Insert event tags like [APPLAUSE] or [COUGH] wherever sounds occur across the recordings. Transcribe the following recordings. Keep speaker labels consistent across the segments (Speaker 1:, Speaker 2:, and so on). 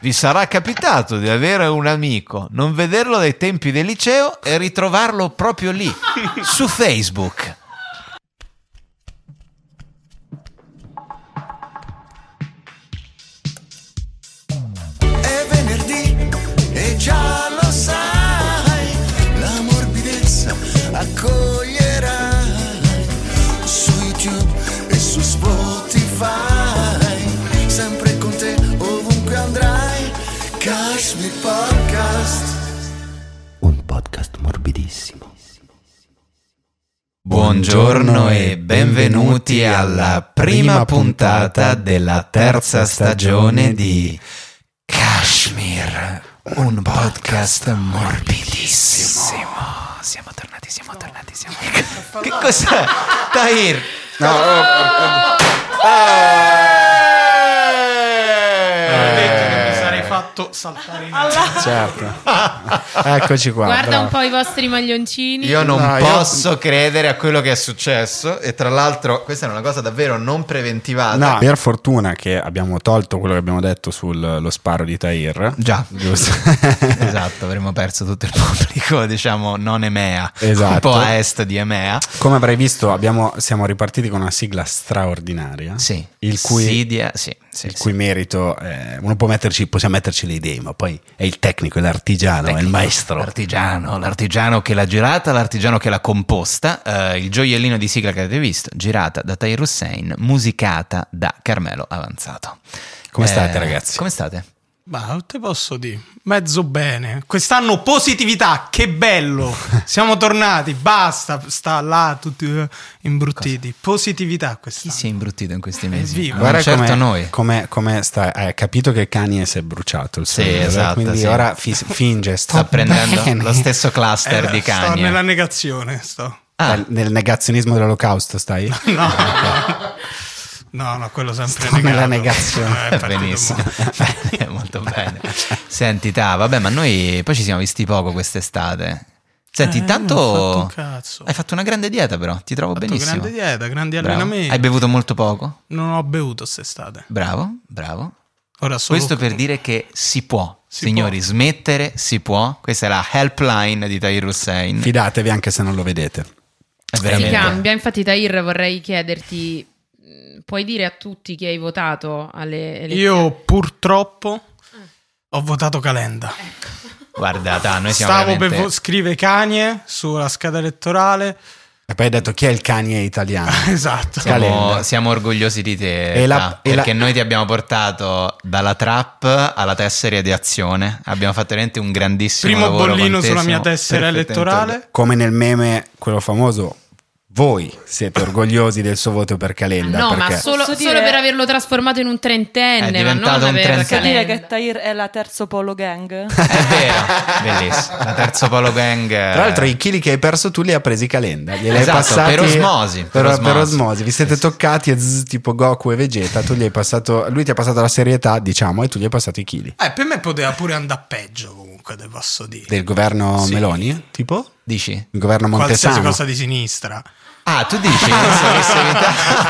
Speaker 1: Vi sarà capitato di avere un amico, non vederlo dai tempi del liceo e ritrovarlo proprio lì, su Facebook.
Speaker 2: È venerdì e già lo sai, la morbidezza accoglierai su YouTube e su Spotify, sempre con te ovunque andrai, Kashmir Podcast.
Speaker 3: Un podcast morbidissimo.
Speaker 1: Buongiorno e benvenuti alla prima puntata della terza stagione di Kashmir, un podcast morbidissimo. Siamo tornati, siamo tornati, siamo tornati. Che cos'è? Tahir!
Speaker 4: Eh.
Speaker 5: Eh. mi sarei fatto saltare in
Speaker 4: Certo. [LAUGHS] Eccoci qua.
Speaker 6: Guarda
Speaker 4: bravo.
Speaker 6: un po' i vostri maglioncini.
Speaker 1: Io non
Speaker 4: No, io-
Speaker 1: posso credere a quello che è successo e tra l'altro questa è una cosa davvero non preventivata.
Speaker 4: No, per fortuna che abbiamo tolto quello che abbiamo detto sullo sparo di Tahir. [LAUGHS]
Speaker 1: Già,
Speaker 4: Giusto.
Speaker 1: esatto, avremmo perso tutto il pubblico, [LAUGHS] diciamo, non Emea, un
Speaker 4: Esatto.
Speaker 1: po' a est di Emea.
Speaker 4: Come avrai visto, abbiamo- siamo ripartiti con una sigla straordinaria.
Speaker 1: Sì,
Speaker 4: Il cui,
Speaker 1: Sidia- sì, sì,
Speaker 4: il
Speaker 1: sì.
Speaker 4: cui merito, eh, uno può metterci, possiamo metterci le idee, ma poi è il tecnico, è l'artigiano, è il maestro.
Speaker 1: L'artigiano, l'artigiano che l'ha girata, l'artigiano che l'ha composta, eh, il gioiellino di sigla che avete visto, girata da Tahir Hussein, musicata da Carmelo Avanzato.
Speaker 4: Come state, ragazzi?
Speaker 1: eh, Come state?
Speaker 5: Ma non te posso dire, mezzo bene. Quest'anno positività, che
Speaker 1: [LAUGHS]
Speaker 5: bello. Siamo tornati, basta, sta là tutti eh, imbruttiti. Positività
Speaker 1: Chi
Speaker 5: quest'anno.
Speaker 1: si è imbruttito in questi mesi?
Speaker 5: Evviva.
Speaker 1: Non
Speaker 4: Guarda
Speaker 1: certo
Speaker 4: come,
Speaker 1: noi.
Speaker 4: Come, come sta, hai capito che Kanye si è bruciato il suo
Speaker 1: Sì,
Speaker 4: leader,
Speaker 1: esatto,
Speaker 4: quindi
Speaker 1: sì.
Speaker 4: ora
Speaker 1: [LAUGHS]
Speaker 4: fis- finge,
Speaker 1: Sta prendendo
Speaker 4: bene.
Speaker 1: lo stesso cluster
Speaker 5: Eh,
Speaker 1: di
Speaker 5: Sto
Speaker 1: cani. [LAUGHS]
Speaker 5: nella negazione, sto.
Speaker 1: Ah.
Speaker 4: Nel- Nel negazionismo
Speaker 1: [LAUGHS]
Speaker 4: dell'olocausto stai?
Speaker 5: No. No, no, quello sempre
Speaker 4: Sto nella
Speaker 5: negato.
Speaker 4: negazione.
Speaker 5: Eh, è partito
Speaker 1: Benissimo, [LAUGHS]
Speaker 5: male.
Speaker 1: Bene, molto bene. Senti, ta, vabbè, ma noi poi ci siamo visti poco quest'estate. Senti,
Speaker 5: Eh,
Speaker 1: intanto
Speaker 5: non ho fatto un cazzo.
Speaker 1: hai fatto una grande dieta, però ti trovo
Speaker 5: fatto
Speaker 1: benissimo.
Speaker 5: grande dieta, grandi
Speaker 1: Bravo.
Speaker 5: allenamenti.
Speaker 1: Hai bevuto molto poco?
Speaker 5: Non ho bevuto quest'estate.
Speaker 1: Bravo, bravo.
Speaker 5: Ora solo
Speaker 1: Questo per dire che si può,
Speaker 5: Si
Speaker 1: signori,
Speaker 5: può.
Speaker 1: smettere si può. Questa è la helpline di Tahir Hussein.
Speaker 4: Fidatevi anche se non lo vedete.
Speaker 1: È
Speaker 6: si
Speaker 1: veramente-
Speaker 6: cambia. Infatti, Tahir, vorrei chiederti: mh, puoi dire a tutti chi hai votato alle elezioni?
Speaker 5: Io purtroppo ho votato Calenda.
Speaker 1: Guarda, ta, noi siamo
Speaker 5: Stavo per
Speaker 1: veramente-
Speaker 5: vo- scrive Canie sulla scheda elettorale. [LAUGHS]
Speaker 4: E poi hai detto chi è il
Speaker 1: [LAUGHS]
Speaker 4: Kanye italiano?
Speaker 5: Esatto.
Speaker 1: Siamo,
Speaker 4: Calenda.
Speaker 1: siamo orgogliosi di te,
Speaker 4: E la-
Speaker 1: Ta,
Speaker 4: e la-
Speaker 1: perché noi ti abbiamo portato dalla trap alla tessera di azione. Abbiamo fatto veramente un grandissimo
Speaker 5: Primo
Speaker 1: lavoro con
Speaker 5: bollino
Speaker 1: te,
Speaker 5: sulla
Speaker 1: siamo
Speaker 5: mia tessera
Speaker 1: perfettamente
Speaker 5: elettorale.
Speaker 4: Come nel meme, quello famoso, voi siete orgogliosi del suo voto per Calenda.
Speaker 6: No,
Speaker 4: perché
Speaker 6: ma solo,
Speaker 7: Posso
Speaker 6: solo
Speaker 7: dire-
Speaker 6: per averlo trasformato in un trentenne,
Speaker 1: È
Speaker 6: ma
Speaker 1: diventato
Speaker 6: non
Speaker 1: un
Speaker 6: aver
Speaker 1: trentenne.
Speaker 7: Posso
Speaker 6: calenda.
Speaker 7: dire che Tahir è la terzo polo gang?
Speaker 1: È vero, bellissimo. La terzo Polo Gang. eh,
Speaker 4: Tra l'altro i chili che hai perso tu li ha presi Calenda, glieli
Speaker 1: Esatto,
Speaker 4: hai passati
Speaker 1: per osmosi,
Speaker 4: Per,
Speaker 1: per
Speaker 4: per
Speaker 1: osmosi.
Speaker 4: osmosi. vi siete toccati e zzz, tipo Goku e Vegeta, tu gli hai passato, lui ti ha passato la serietà, diciamo, e tu gli hai passato i chili.
Speaker 5: Eh, per me poteva pure andare peggio comunque, te posso dire.
Speaker 4: Del governo
Speaker 5: Sì.
Speaker 4: Meloni, tipo?
Speaker 1: Dici?
Speaker 4: Il governo
Speaker 5: Qualsiasi
Speaker 4: Montesano.
Speaker 5: cosa di sinistra.
Speaker 1: Ah, tu dici? Penso che
Speaker 5: [LAUGHS]
Speaker 1: sei-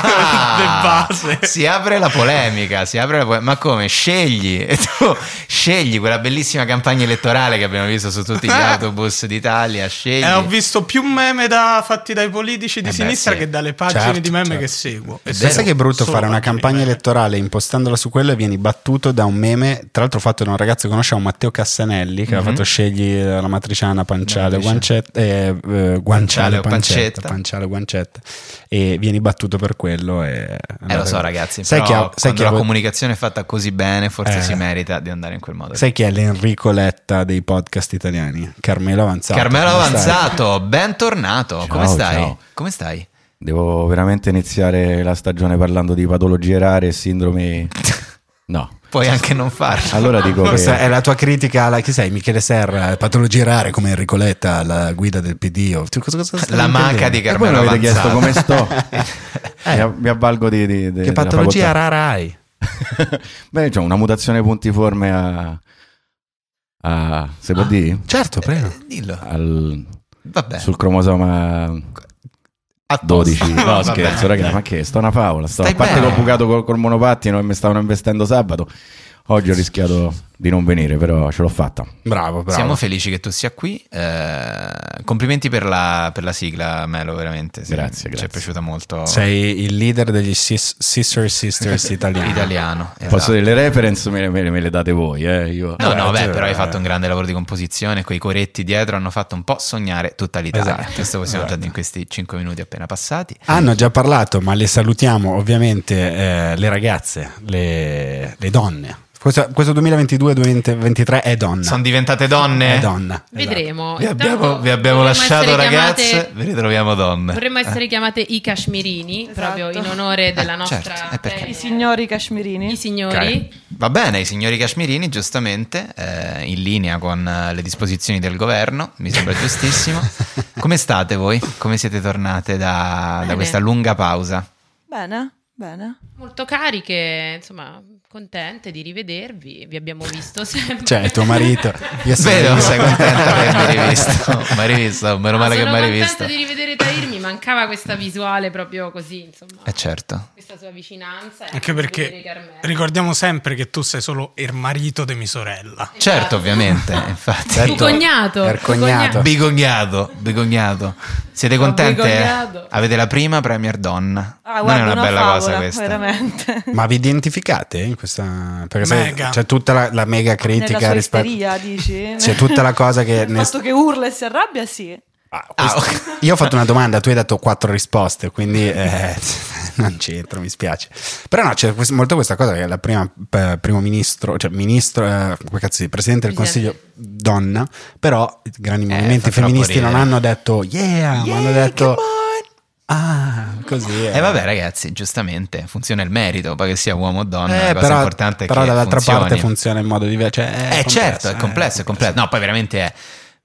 Speaker 1: Ah,
Speaker 5: base.
Speaker 1: Si apre la polemica, si apre la polemica. Ma come? Scegli, E tu scegli quella bellissima campagna elettorale che abbiamo visto
Speaker 5: [LAUGHS]
Speaker 1: su tutti gli autobus d'Italia. Scegli.
Speaker 5: Eh, ho visto più meme da- fatti dai politici di
Speaker 1: Eh beh,
Speaker 5: sinistra
Speaker 1: sì.
Speaker 5: che dalle pagine
Speaker 4: Certo,
Speaker 5: di meme
Speaker 4: certo.
Speaker 5: che seguo. E
Speaker 4: Pensa
Speaker 5: sono
Speaker 4: che è brutto
Speaker 5: solo
Speaker 4: fare
Speaker 5: pagine
Speaker 4: una
Speaker 5: eh. di
Speaker 4: campagna
Speaker 5: meme.
Speaker 4: elettorale impostandola su quello e vieni battuto da un meme, tra l'altro fatto da un ragazzo che conosciamo, Matteo Cassanelli, che aveva fatto scegli eh, la matriciana panciale,
Speaker 1: Mhm. Matriciana.
Speaker 4: guancetta, eh, eh, guanciale,
Speaker 1: o
Speaker 4: pancetta,
Speaker 1: pancetta.
Speaker 4: panciale, guancetta, e vieni battuto per quello. E
Speaker 1: Eh lo so ragazzi,
Speaker 4: sai
Speaker 1: però
Speaker 4: chi ha- sai
Speaker 1: quando
Speaker 4: chi ha
Speaker 1: la
Speaker 4: vo-
Speaker 1: comunicazione è fatta così bene forse
Speaker 4: Eh.
Speaker 1: si merita di andare in quel modo.
Speaker 4: sai chi è l'Enrico Letta dei podcast italiani? Carmelo Avanzato.
Speaker 1: Carmelo
Speaker 4: Come stai?
Speaker 1: Avanzato, bentornato, come
Speaker 8: Ciao,
Speaker 1: stai?
Speaker 8: ciao.
Speaker 1: Come stai?
Speaker 8: Devo veramente iniziare la stagione parlando di patologie rare e
Speaker 1: [LAUGHS]
Speaker 8: sindromi. No.
Speaker 1: Puoi anche non farlo.
Speaker 8: Allora dico
Speaker 4: [LAUGHS] Questa è
Speaker 8: che
Speaker 4: la tua critica alla chi sei? Michele Serra, patologia rare come Enrico Letta, la guida del PD. o- tu cosa- cosa stai
Speaker 1: La maca
Speaker 4: intendendo?
Speaker 1: di
Speaker 8: E voi
Speaker 1: Carmelo
Speaker 8: mi avete
Speaker 1: Avanzato.
Speaker 8: chiesto come sto.
Speaker 1: [LAUGHS]
Speaker 8: Mi
Speaker 1: Eh.
Speaker 8: av- Mi avvalgo di, di- de-
Speaker 4: Che
Speaker 8: della
Speaker 4: patologia rara hai?
Speaker 8: facoltà. Beh, c'ho una mutazione puntiforme a. a se
Speaker 1: Ah.
Speaker 8: può dire?
Speaker 4: Certo, prego.
Speaker 1: Eh, Dillo.
Speaker 8: Al-
Speaker 1: Vabbè.
Speaker 8: sul cromosoma
Speaker 1: A posto. [LAUGHS]
Speaker 8: 12. No,
Speaker 1: Vabbè.
Speaker 8: scherzo, raga, ma che sto una favola. Sto, a
Speaker 1: Stai
Speaker 8: parte che
Speaker 1: bene.
Speaker 8: ho bucato col, col monopattino e mi stavano investendo sabato. Oggi ho rischiato di non venire, però ce l'ho fatta.
Speaker 4: Bravo, bravo.
Speaker 1: Siamo felici che tu sia qui. eh, complimenti per la, per la sigla, Melo, veramente. sì.
Speaker 8: Grazie,
Speaker 1: Ci
Speaker 8: grazie.
Speaker 1: è piaciuta molto.
Speaker 4: Sei il leader degli sis-
Speaker 1: [LAUGHS]
Speaker 4: Sister Sisters italiani.
Speaker 1: Italiano.
Speaker 8: Posso
Speaker 1: esatto.
Speaker 8: delle reference me, le- me le- me le date voi, eh? Io...
Speaker 1: No, no,
Speaker 4: Eh,
Speaker 1: beh,
Speaker 4: cioè,
Speaker 1: però hai
Speaker 4: eh.
Speaker 1: fatto un grande lavoro di composizione, quei coretti dietro hanno fatto un po' sognare tutta l'Italia.
Speaker 4: Esatto,
Speaker 1: Questo possiamo già
Speaker 4: esatto.
Speaker 1: dire in questi 5 minuti appena passati.
Speaker 4: Hanno già parlato, ma le salutiamo ovviamente eh, le ragazze, le, le donne. Questo, questo 2022-2023 è donna.
Speaker 1: Sono diventate donne?
Speaker 4: È donna. esatto.
Speaker 6: Vedremo.
Speaker 1: Vi
Speaker 6: Intanto
Speaker 1: abbiamo, vi abbiamo
Speaker 6: vorremmo
Speaker 1: lasciato
Speaker 6: essere
Speaker 1: ragazze,
Speaker 6: chiamate-
Speaker 1: vi ritroviamo donne.
Speaker 6: Vorremmo essere chiamate i Kashmirini,
Speaker 7: Esatto.
Speaker 6: proprio in onore della
Speaker 1: Eh,
Speaker 6: nostra...
Speaker 1: certo, eh, perché?
Speaker 6: eh,
Speaker 7: [LAUGHS] I signori
Speaker 6: I
Speaker 7: cashmirini.
Speaker 6: signori.
Speaker 1: Ok. Va bene, i signori Kashmirini, giustamente, eh, in linea con eh, le disposizioni del governo, mi sembra
Speaker 4: [LAUGHS]
Speaker 1: giustissimo. Come state voi? Come siete tornate da, da
Speaker 6: Bene.
Speaker 1: questa lunga pausa?
Speaker 7: Bene, bene.
Speaker 6: Molto cariche, insomma, contente di rivedervi. Vi abbiamo
Speaker 1: [LAUGHS]
Speaker 6: visto sempre.
Speaker 4: Cioè, tuo marito.
Speaker 6: [LAUGHS]
Speaker 4: Io sono
Speaker 1: Vero,
Speaker 4: io.
Speaker 1: sei contenta di avermi rivisto? Mi hai rivisto, meno male
Speaker 6: No,
Speaker 1: che mi
Speaker 6: sono
Speaker 1: hai rivisto.
Speaker 6: contenta di rivedere Tahir, mi mancava questa visuale proprio così, insomma,
Speaker 1: Eh certo.
Speaker 6: questa sua vicinanza. e
Speaker 5: Anche
Speaker 6: vedere
Speaker 5: perché
Speaker 6: Carmela.
Speaker 5: ricordiamo sempre che tu sei solo il marito di mia sorella.
Speaker 6: Esatto.
Speaker 1: Certo, ovviamente, infatti. [LAUGHS]
Speaker 4: Certo.
Speaker 6: Il cognato.
Speaker 4: Per
Speaker 6: il cognato.
Speaker 1: Bigognato, bigognato. Siete contente?
Speaker 7: bigognato.
Speaker 1: Avete la prima Premier donna.
Speaker 7: Ah, guarda,
Speaker 1: non è una, bella
Speaker 7: favola,
Speaker 1: cosa questa.
Speaker 7: veramente.
Speaker 4: Ma vi identificate in questa... Perché sai,
Speaker 5: Mega.
Speaker 4: c'è tutta la, la mega
Speaker 7: Nella
Speaker 4: critica
Speaker 7: sua
Speaker 4: rispetto...
Speaker 7: isteria, dici?
Speaker 4: [LAUGHS] C'è tutta la cosa
Speaker 7: [LAUGHS]
Speaker 4: che...
Speaker 7: Il
Speaker 4: ne-
Speaker 7: fatto che urla e si arrabbia, sì.
Speaker 4: Ah,
Speaker 1: Ah,
Speaker 4: questo-
Speaker 1: ok.
Speaker 4: Io ho fatto una domanda, tu hai dato quattro risposte, quindi eh, [LAUGHS] non c'entro, mi spiace. Però no, c'è quest- molto questa cosa che la prima eh, primo ministro, cioè ministro, eh, come cazzo si dice, presidente del Consiglio
Speaker 6: Presidente.
Speaker 4: donna, però i grandi
Speaker 1: Eh,
Speaker 4: movimenti
Speaker 1: fa troppo
Speaker 4: femministi non
Speaker 1: ridere.
Speaker 4: hanno detto yeah, ma hanno detto ah, così.
Speaker 1: E Eh, vabbè ragazzi, giustamente, funziona il merito, poi che sia uomo o donna,
Speaker 4: Eh,
Speaker 1: la cosa
Speaker 4: però,
Speaker 1: importante è
Speaker 4: però
Speaker 1: che
Speaker 4: dall'altra
Speaker 1: funzioni.
Speaker 4: parte funziona in modo diverso. Cioè, è
Speaker 1: Eh
Speaker 4: complesso,
Speaker 1: certo, è complesso, è complesso. No, poi veramente è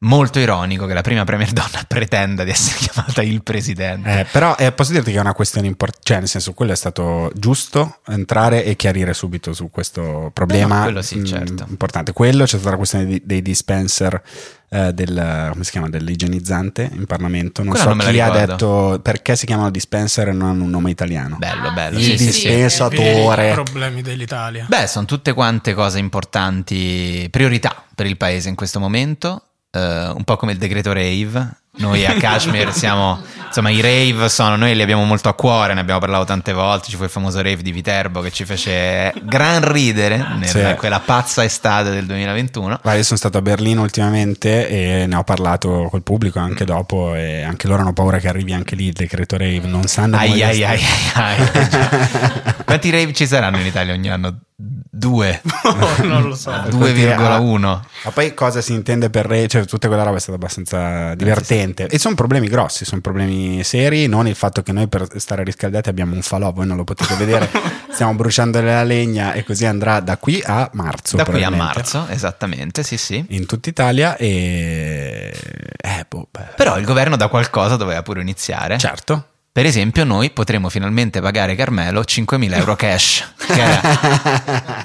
Speaker 1: molto ironico che la prima Premier donna [LAUGHS] pretenda di essere [LAUGHS] chiamata il presidente.
Speaker 4: Eh, però eh, posso dirti che è una questione importante, cioè nel senso quello è stato giusto entrare e chiarire subito su questo problema
Speaker 1: no, quello sì,
Speaker 4: mm,
Speaker 1: certo.
Speaker 4: importante. Quello c'è stata la questione di- dei dispenser eh, del, come si chiama, dell'igienizzante in Parlamento, non
Speaker 1: Quella non me
Speaker 4: so
Speaker 1: la
Speaker 4: chi ha
Speaker 1: ricordo.
Speaker 4: detto perché si chiamano dispenser e non hanno un nome italiano.
Speaker 1: Bello, bello.
Speaker 4: il
Speaker 1: sì, sì, sì.
Speaker 4: dispensatore.
Speaker 5: I problemi dell'Italia. [LAUGHS]
Speaker 1: Beh, sono tutte quante cose importanti, priorità per il paese in questo momento, eh, un po' come il decreto rave. Noi a Kashmir siamo, insomma, i rave sono, noi li abbiamo molto a cuore, ne abbiamo parlato tante volte, ci fu il famoso rave di Viterbo che ci fece gran ridere nella
Speaker 4: Sì.
Speaker 1: quella pazza estate del 2021.
Speaker 4: Guarda, io sono stato a Berlino ultimamente e ne ho parlato col pubblico
Speaker 1: Mm.
Speaker 4: anche dopo e anche loro hanno paura che arrivi anche lì il decreto rave, non sanno
Speaker 1: Ai
Speaker 4: come
Speaker 1: ai ai
Speaker 4: gestire.
Speaker 1: ai
Speaker 5: [LAUGHS]
Speaker 1: ai. Quanti rave ci saranno in Italia ogni anno? Due.
Speaker 5: non lo so.
Speaker 1: 2,1.
Speaker 4: Ma poi cosa si intende per re? Cioè, tutta quella roba è stata
Speaker 1: Eh,
Speaker 4: abbastanza divertente. E sono problemi grossi, sono problemi seri. Non il fatto che noi per stare riscaldati abbiamo un falò, voi non lo potete vedere.
Speaker 1: [LAUGHS]
Speaker 4: Stiamo bruciando la legna e così andrà da qui a marzo.
Speaker 1: Da qui a
Speaker 4: probabilmente.
Speaker 1: marzo, esattamente, sì sì.
Speaker 4: In tutta Italia e... Eh, boh, beh.
Speaker 1: Però il governo da qualcosa doveva pure iniziare.
Speaker 4: Certo.
Speaker 1: [LAUGHS] Per esempio, noi potremo finalmente pagare Carmelo 5.000 euro cash, che era,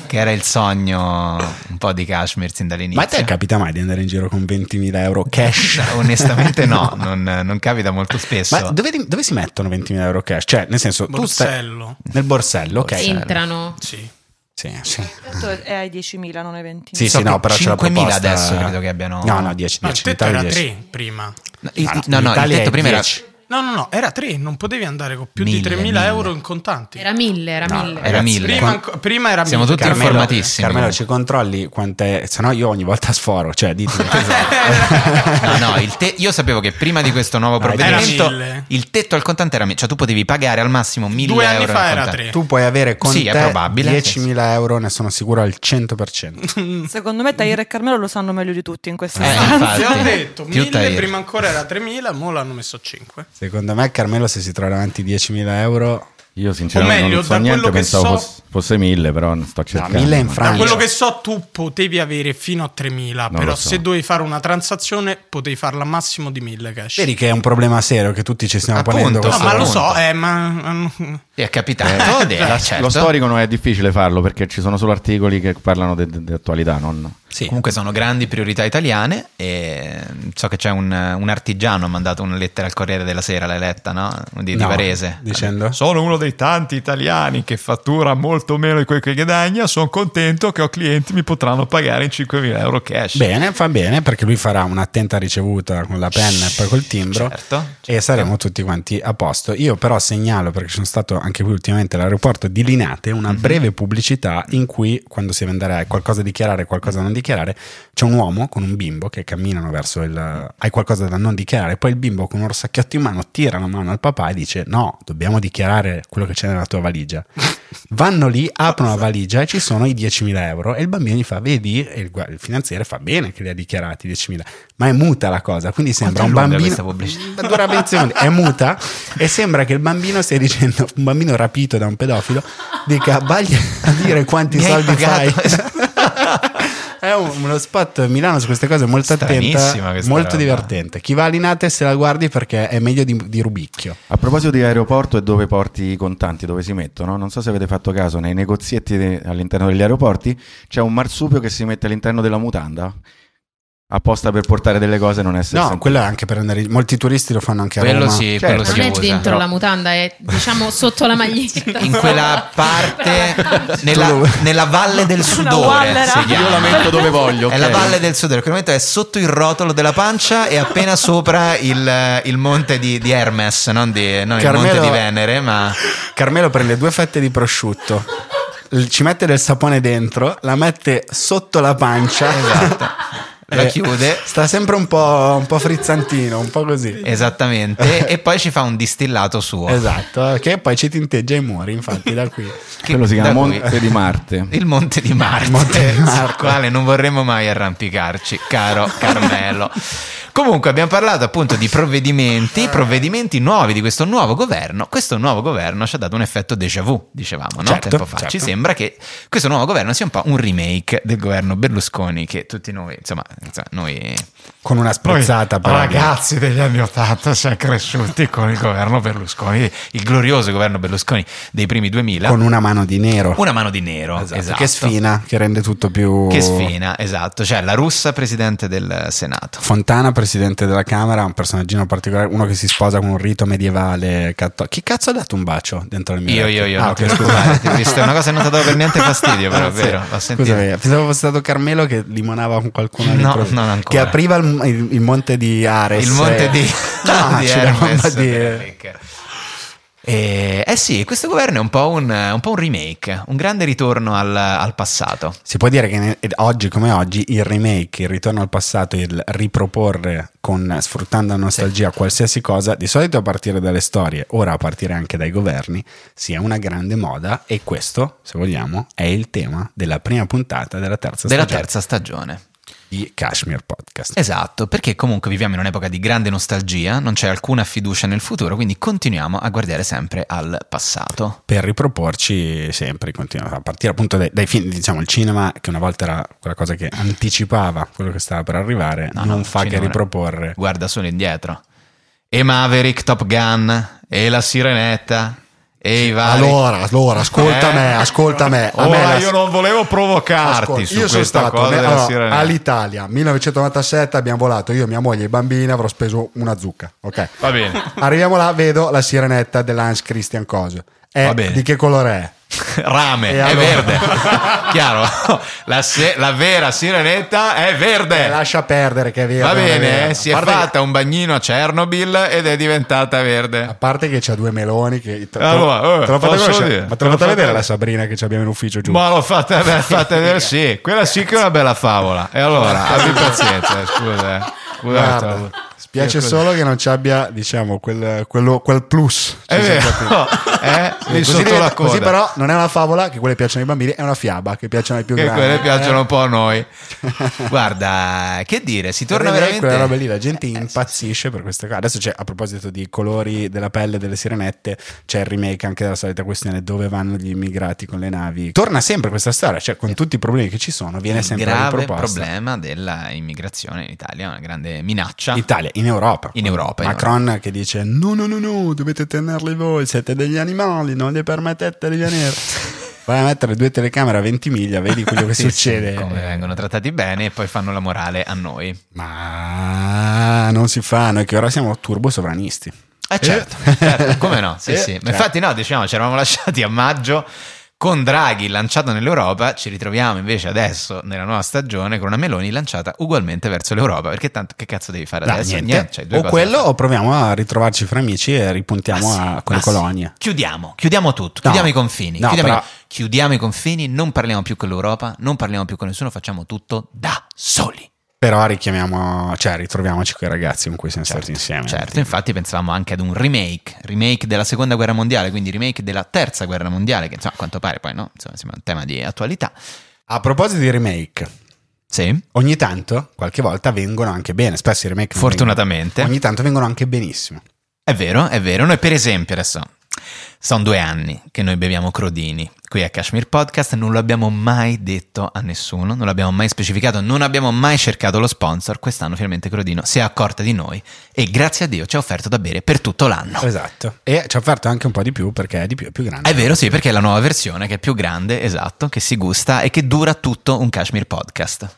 Speaker 1: che era il sogno un po' di Kashmir sin dall'inizio.
Speaker 4: Ma a te capita mai di andare in giro con 20.000 euro cash?
Speaker 1: [LAUGHS] No, Onestamente no, non, non capita molto spesso.
Speaker 4: [LAUGHS] Ma dove, dove si mettono 20.000 euro cash? Cioè, nel senso, tu stai-
Speaker 5: Borsello.
Speaker 4: nel borsello, ok.
Speaker 1: Borsello.
Speaker 6: Entrano.
Speaker 5: Sì.
Speaker 4: Sì, sì.
Speaker 7: Certo è ai 10.000, non ai 20.000.
Speaker 4: Sì,
Speaker 1: So
Speaker 4: sì, no,
Speaker 1: che
Speaker 4: però c'è la
Speaker 1: 5.000
Speaker 4: proposta...
Speaker 1: adesso credo che abbiano-
Speaker 4: No, no, 10,
Speaker 5: Ma
Speaker 4: 10.
Speaker 5: il tetto
Speaker 4: in Italia
Speaker 5: era
Speaker 4: 10.
Speaker 5: 3 prima.
Speaker 1: No, il-
Speaker 4: Ah,
Speaker 1: no,
Speaker 4: in
Speaker 1: no, il
Speaker 4: Italia
Speaker 1: tetto
Speaker 4: è
Speaker 1: prima era,
Speaker 4: 10.
Speaker 5: No, no, no, era 3, non potevi andare con più
Speaker 1: Mille,
Speaker 5: di 3.000
Speaker 1: mille.
Speaker 5: euro in contanti.
Speaker 6: Era mille, era
Speaker 4: No,
Speaker 6: mille.
Speaker 1: era
Speaker 4: Ragazzi,
Speaker 1: 1.000.
Speaker 5: prima anco- prima era
Speaker 1: Siamo
Speaker 5: mille.
Speaker 1: tutti
Speaker 5: Carmelo-
Speaker 1: informatissimi.
Speaker 4: Carmelo, ci controlli quant'è, se no io ogni volta sforo, cioè ditemi.
Speaker 1: [LAUGHS] No, no, il te- io sapevo che prima di questo nuovo
Speaker 4: No, era
Speaker 1: provvedimento
Speaker 5: mille.
Speaker 1: il tetto al contante era mille, cioè tu potevi pagare al massimo 1000
Speaker 5: Due anni
Speaker 1: euro.
Speaker 5: fa
Speaker 1: al
Speaker 5: era
Speaker 1: contante.
Speaker 5: tre.
Speaker 4: tu puoi avere con
Speaker 1: Sì, è
Speaker 4: te
Speaker 1: probabile,
Speaker 4: 10.000
Speaker 1: sì,
Speaker 4: euro, ne sono sicuro al 100%.
Speaker 7: Secondo me Tahir e Carmelo lo sanno meglio di tutti in questa
Speaker 1: Eh,
Speaker 7: stanza. [LAUGHS]
Speaker 1: infatti.
Speaker 5: Ti ho detto,
Speaker 1: Più
Speaker 5: 1000
Speaker 1: Tahir.
Speaker 5: prima ancora era 3.000, mo l'hanno messo a 5.
Speaker 4: Secondo me Carmelo se si trova davanti 10.000 euro...
Speaker 8: Io sinceramente
Speaker 5: O meglio,
Speaker 8: non so
Speaker 5: da
Speaker 8: niente,
Speaker 5: quello che
Speaker 8: pensavo
Speaker 5: so-
Speaker 8: fosse, fosse mille, però non sto cercando.
Speaker 4: mille in
Speaker 8: ma-
Speaker 4: Francia. Ah,
Speaker 5: Da quello
Speaker 4: io-
Speaker 5: che so, tu potevi avere fino a 3.000,
Speaker 8: Non
Speaker 5: però
Speaker 8: lo so.
Speaker 5: se dovevi fare una transazione potevi farla massimo di 1.000 cash.
Speaker 4: Vedi che è un problema serio che tutti ci stiamo
Speaker 1: Appunto,
Speaker 4: ponendo.
Speaker 1: no,
Speaker 5: No,
Speaker 4: questo
Speaker 5: ma lo
Speaker 4: punto.
Speaker 5: so, eh, ma...
Speaker 1: Ti è capitato?
Speaker 8: Eh,
Speaker 1: della-
Speaker 8: la-
Speaker 1: certo.
Speaker 8: Lo storico non è difficile farlo perché ci sono solo articoli che parlano di attualità, non...
Speaker 4: Sì.
Speaker 1: Comunque sono grandi priorità italiane e so che c'è un, un artigiano ha mandato una lettera al Corriere della Sera, l'hai letta, no? Di, di
Speaker 4: No,
Speaker 1: Varese. Eh.
Speaker 4: dicendo?
Speaker 1: Sono uno dei tanti italiani che fattura molto
Speaker 9: molto meno di quel che guadagna, sono contento che ho clienti mi potranno pagare in 5.000 euro cash.
Speaker 4: Bene, fa bene perché lui farà un'attenta ricevuta con la penna e poi col timbro
Speaker 1: Certo,
Speaker 4: e saremo tutti quanti a posto. Io però segnalo, perché sono stato anche qui ultimamente all'aeroporto di Linate, una
Speaker 1: Mhm.
Speaker 4: breve pubblicità in cui quando si venderà qualcosa da dichiarare e qualcosa da non dichiarare, c'è un uomo con un bimbo che camminano verso il... hai qualcosa da non dichiarare, poi il bimbo con un orsacchiotto in mano tira la mano al papà e dice no, dobbiamo dichiarare quello che c'è nella
Speaker 1: [LAUGHS]
Speaker 4: tua valigia. Vanno lì, aprono la valigia e ci sono i 10.000 euro e il bambino gli fa, vedi, e il, gua- il finanziere fa bene che li ha dichiarati 10.000, ma è muta la cosa, quindi sembra
Speaker 1: è
Speaker 4: un
Speaker 1: lunga
Speaker 4: bambino...
Speaker 1: questa pubblicità?
Speaker 4: [LAUGHS] Dura 20 secondi, è muta e sembra che il bambino stia dicendo, un bambino rapito da un pedofilo, dica, vai a dire quanti
Speaker 1: Mi hai
Speaker 4: soldi fai.
Speaker 1: pagato.
Speaker 4: [LAUGHS] È un- uno spot Milano su queste cose molto
Speaker 1: Stranissima
Speaker 4: attenta,
Speaker 1: questa
Speaker 4: molto
Speaker 1: roba.
Speaker 4: divertente. Chi va a Linate se la guardi perché è meglio di, di Rubicchio.
Speaker 8: A proposito di aeroporto e dove porti i contanti, dove si mettono, non so se avete fatto caso, nei negozietti de- all'interno degli aeroporti c'è un marsupio che si mette all'interno della mutanda, apposta per portare delle cose e non essere...
Speaker 4: No,
Speaker 8: sentito.
Speaker 4: quello è anche per andare. Molti turisti lo fanno anche a
Speaker 1: quello
Speaker 4: Roma.
Speaker 1: sì,
Speaker 8: Certo.
Speaker 1: quello
Speaker 8: Non
Speaker 1: si
Speaker 6: Non è
Speaker 1: usa.
Speaker 6: dentro
Speaker 8: No.
Speaker 6: la mutanda, è diciamo sotto la maglietta.
Speaker 1: In
Speaker 6: [LAUGHS]
Speaker 1: quella parte, nella, nella valle del sudore,
Speaker 7: wallera.
Speaker 1: si chiama.
Speaker 8: Io la metto dove [LAUGHS] voglio.
Speaker 1: È
Speaker 8: ok?
Speaker 1: la valle del sudore, in quel momento è sotto il rotolo della pancia e appena sopra il, il monte di, di Hermes, non, di- non il monte
Speaker 4: Carmelo-
Speaker 1: di Venere, ma
Speaker 4: Carmelo prende due fette di prosciutto, l- ci mette del sapone dentro, la mette sotto la pancia.
Speaker 1: Esatto. la
Speaker 4: [LAUGHS] e
Speaker 1: chiude.
Speaker 4: Sta sempre un po', un po' frizzantino, un po' così.
Speaker 1: Esatto. Esattamente, e poi ci fa un distillato suo.
Speaker 4: Esatto, che poi ci tinteggia i muri, infatti, da qui.
Speaker 1: Che-
Speaker 8: Quello si chiama
Speaker 1: da
Speaker 8: Monte
Speaker 1: cui-
Speaker 8: di [LAUGHS] Marte.
Speaker 1: Il Monte di Marte,
Speaker 4: Monte di Marte.
Speaker 1: sul quale non vorremmo mai arrampicarci, caro Carmelo. Comunque abbiamo parlato appunto di provvedimenti, provvedimenti nuovi di questo nuovo governo. Questo nuovo governo ci ha dato un effetto déjà vu, dicevamo, no?
Speaker 4: Certo,
Speaker 1: tempo fa.
Speaker 4: certo.
Speaker 1: Ci sembra che questo nuovo governo sia un po' un remake del governo Berlusconi che tutti noi, insomma, insomma, noi
Speaker 4: Con una
Speaker 9: Noi,
Speaker 4: spruzzata, però.
Speaker 9: ragazzi degli anni Ottanta siamo cresciuti con il governo Berlusconi, il glorioso governo Berlusconi dei primi 2000.
Speaker 4: Con una mano di nero.
Speaker 1: una mano di nero,
Speaker 4: Esatto, Oh.
Speaker 1: esatto.
Speaker 4: Che sfina, che rende tutto più.
Speaker 1: Che sfina, esatto, cioè la russa presidente del Senato.
Speaker 4: Esatto. Fontana, presidente della Camera, un personaggino particolare, uno che si sposa con un rito medievale cattolico. Chi cazzo ha dato un bacio dentro il mio?
Speaker 1: Io,
Speaker 4: letto?
Speaker 1: io, io,
Speaker 4: Ah,
Speaker 1: non
Speaker 4: ok, Ah,
Speaker 1: ti preoccupare, ti ho visto, è una cosa che non ti ha dato per niente fastidio,
Speaker 4: [LAUGHS]
Speaker 1: però, vero, l'ho sentito.
Speaker 4: Scusami, pensavo fosse stato Carmelo che limonava con qualcuno
Speaker 1: No,
Speaker 4: all'improvviso.
Speaker 1: non ancora.
Speaker 4: che apriva il, il- il monte di Ares. eh.
Speaker 1: Il monte
Speaker 4: [LAUGHS]
Speaker 1: di,
Speaker 4: no,
Speaker 1: di
Speaker 4: c'era Ah, la
Speaker 1: Hermes
Speaker 4: bomba di-
Speaker 1: Benedict. Eh, eh sì, questo governo è un po' un, un po' un remake, un grande ritorno al, al passato.
Speaker 4: Si può dire che ne- ed oggi come oggi il remake, il ritorno al passato, il riproporre con, sfruttando la nostalgia qualsiasi cosa, di solito a partire dalle storie, ora a partire anche dai governi, sia una grande moda e questo, se vogliamo, è il tema della prima puntata della terza
Speaker 1: Della
Speaker 4: stagione
Speaker 1: terza stagione.
Speaker 4: di Kashmir Podcast.
Speaker 1: Esatto, perché comunque viviamo in un'epoca di grande nostalgia, non c'è alcuna fiducia nel futuro, quindi continuiamo a guardare sempre al passato.
Speaker 4: per riproporci sempre, continuare a partire appunto dai, dai film, diciamo il cinema che una volta era quella cosa che anticipava quello che stava per arrivare,
Speaker 1: No, no,
Speaker 4: non
Speaker 1: il
Speaker 4: fa che
Speaker 1: cinema-
Speaker 4: riproporre
Speaker 1: Guarda solo indietro. E Maverick, Top Gun, e la Sirenetta, e i vari... Eh?
Speaker 4: Allora, allora, ascolta me, ascolta me.
Speaker 1: Oh,
Speaker 4: A me
Speaker 9: Ora
Speaker 4: la-
Speaker 9: io non volevo provocarti
Speaker 4: Ascolta,
Speaker 9: su
Speaker 4: io sono
Speaker 9: questa
Speaker 4: stato
Speaker 9: cosa
Speaker 4: ne-
Speaker 9: della
Speaker 4: allora,
Speaker 9: sirenetta.
Speaker 4: all'Italia 1997 abbiamo volato io, mia moglie e i bambini avrò speso una zucca
Speaker 9: [LAUGHS]
Speaker 4: ok
Speaker 9: Va
Speaker 4: [LAUGHS]
Speaker 9: bene.
Speaker 4: arriviamo là vedo la sirenetta dell'Hans Christian Cose
Speaker 9: Va
Speaker 4: è
Speaker 9: bene.
Speaker 4: di che colore
Speaker 9: Rame,
Speaker 4: E
Speaker 9: è
Speaker 4: allora?
Speaker 1: [LAUGHS]
Speaker 9: verde. Chiaro, la, se- la vera sirenetta è
Speaker 4: è?
Speaker 9: verde.
Speaker 4: Eh, lascia perdere che è vero
Speaker 9: Va
Speaker 4: non è
Speaker 9: bene,
Speaker 4: vero.
Speaker 9: eh, si è
Speaker 4: A parte che-
Speaker 9: fatta un bagnino a Chernobyl ed è diventata
Speaker 4: a
Speaker 9: verde.
Speaker 4: parte che c'ha due meloni che te,
Speaker 9: Allora, eh,
Speaker 4: te l'ho fatta
Speaker 9: posso
Speaker 4: conoscere?
Speaker 9: dire?
Speaker 4: ma te l'ho
Speaker 9: Te
Speaker 4: fatta
Speaker 9: l'ho
Speaker 4: vedere
Speaker 9: fatta-
Speaker 4: la Sabrina che abbiamo in ufficio giù
Speaker 9: Ma l'ho fatta,
Speaker 4: [LAUGHS]
Speaker 9: beh, fatta vedere, sì, quella sì che è una bella favola. E
Speaker 4: [LAUGHS]
Speaker 9: allora, abbi pazienza, scusa. eh. Scusa,
Speaker 4: Guarda,
Speaker 9: Tom.
Speaker 4: spiace
Speaker 9: Scusa.
Speaker 4: solo che non ci abbia diciamo quel, quello- quel plus
Speaker 9: È
Speaker 4: Cioè, siamo capiti.
Speaker 9: vero, eh? Lì
Speaker 4: Così,
Speaker 9: sotto
Speaker 4: diventa-
Speaker 9: la coda.
Speaker 4: così però non è una favola che quelle piacciono ai bambini, è una fiaba che piacciono ai più
Speaker 9: che
Speaker 4: grandi. eh.
Speaker 9: quelle piacciono un po' a
Speaker 4: [LAUGHS]
Speaker 9: noi.
Speaker 1: Guarda, che dire, si torna
Speaker 4: Quelle-
Speaker 1: veramente...
Speaker 4: Quella roba lì, la
Speaker 9: Eh,
Speaker 4: gente impazzisce per queste cose. Adesso c'è, a proposito di colori della pelle delle sirenette, c'è il remake anche della solita questione dove vanno gli immigrati con le navi. Torna sempre questa storia, cioè con tutti i problemi che ci sono, viene
Speaker 1: il
Speaker 4: sempre
Speaker 1: grave
Speaker 4: riproposta.
Speaker 1: problema dell'immigrazione in Italia, una grande minaccia.
Speaker 4: In Italia, in Europa.
Speaker 1: In Europa, in
Speaker 4: Macron che dice: No, no, no, no, dovete tenerli voi, siete degli animali, non le permettete
Speaker 1: [LAUGHS]
Speaker 4: di venire. Vai a mettere due telecamere a 20 miglia, vedi quello che
Speaker 1: Sì,
Speaker 4: succede.
Speaker 1: sì, come vengono trattati bene e poi fanno la morale a noi.
Speaker 4: Ma non si fa, noi che ora siamo turbo sovranisti.
Speaker 1: Eh certo, certo, come no? Sì,
Speaker 4: Eh,
Speaker 1: sì. Ma
Speaker 4: certo.
Speaker 1: infatti no, diciamo, ci eravamo lasciati a maggio Con Draghi lanciato nell'Europa, ci ritroviamo invece adesso nella nuova stagione con una Meloni lanciata ugualmente verso l'Europa. Perché tanto che cazzo devi fare
Speaker 4: Dai,
Speaker 1: adesso?
Speaker 4: Ah, niente.
Speaker 1: cioè, due
Speaker 4: o
Speaker 1: cose
Speaker 4: quello
Speaker 1: da fare.
Speaker 4: o proviamo a ritrovarci fra amici e ripuntiamo
Speaker 1: Ma sì,
Speaker 4: a, con le
Speaker 1: ma sì.
Speaker 4: colonie.
Speaker 1: Chiudiamo, chiudiamo tutto,
Speaker 4: No.
Speaker 1: chiudiamo i confini,
Speaker 4: No,
Speaker 1: chiudiamo, i-
Speaker 4: però-
Speaker 1: chiudiamo i confini, non parliamo più con l'Europa, non parliamo più con nessuno, facciamo tutto da soli.
Speaker 4: Però richiamiamo, cioè ritroviamoci quei ragazzi con cui siamo stati insieme.
Speaker 1: Certo, infatti pensavamo anche ad un remake, remake della seconda guerra mondiale, quindi remake della terza guerra mondiale, che insomma a quanto pare poi no, insomma sembra un tema di attualità.
Speaker 4: A proposito di remake,
Speaker 1: Sì,
Speaker 4: ogni tanto, qualche volta vengono anche bene. Spesso i remake non
Speaker 1: Fortunatamente.
Speaker 4: vengono- ogni tanto vengono anche benissimo.
Speaker 1: è vero, è vero. Noi per esempio adesso, sono due anni che noi beviamo Crodini qui a Kashmir Podcast, non l'abbiamo mai detto a nessuno, non l'abbiamo mai specificato, non abbiamo mai cercato lo sponsor, quest'anno finalmente Crodino si è accorta di noi e grazie a Dio ci ha offerto da bere per tutto l'anno.
Speaker 4: Esatto. E ci ha offerto anche un po' di più perché è di più, è più grande.
Speaker 1: È vero, sì, perché è la nuova versione che è più grande, esatto, che si gusta e che dura tutto un Kashmir
Speaker 4: [LAUGHS]
Speaker 1: podcast.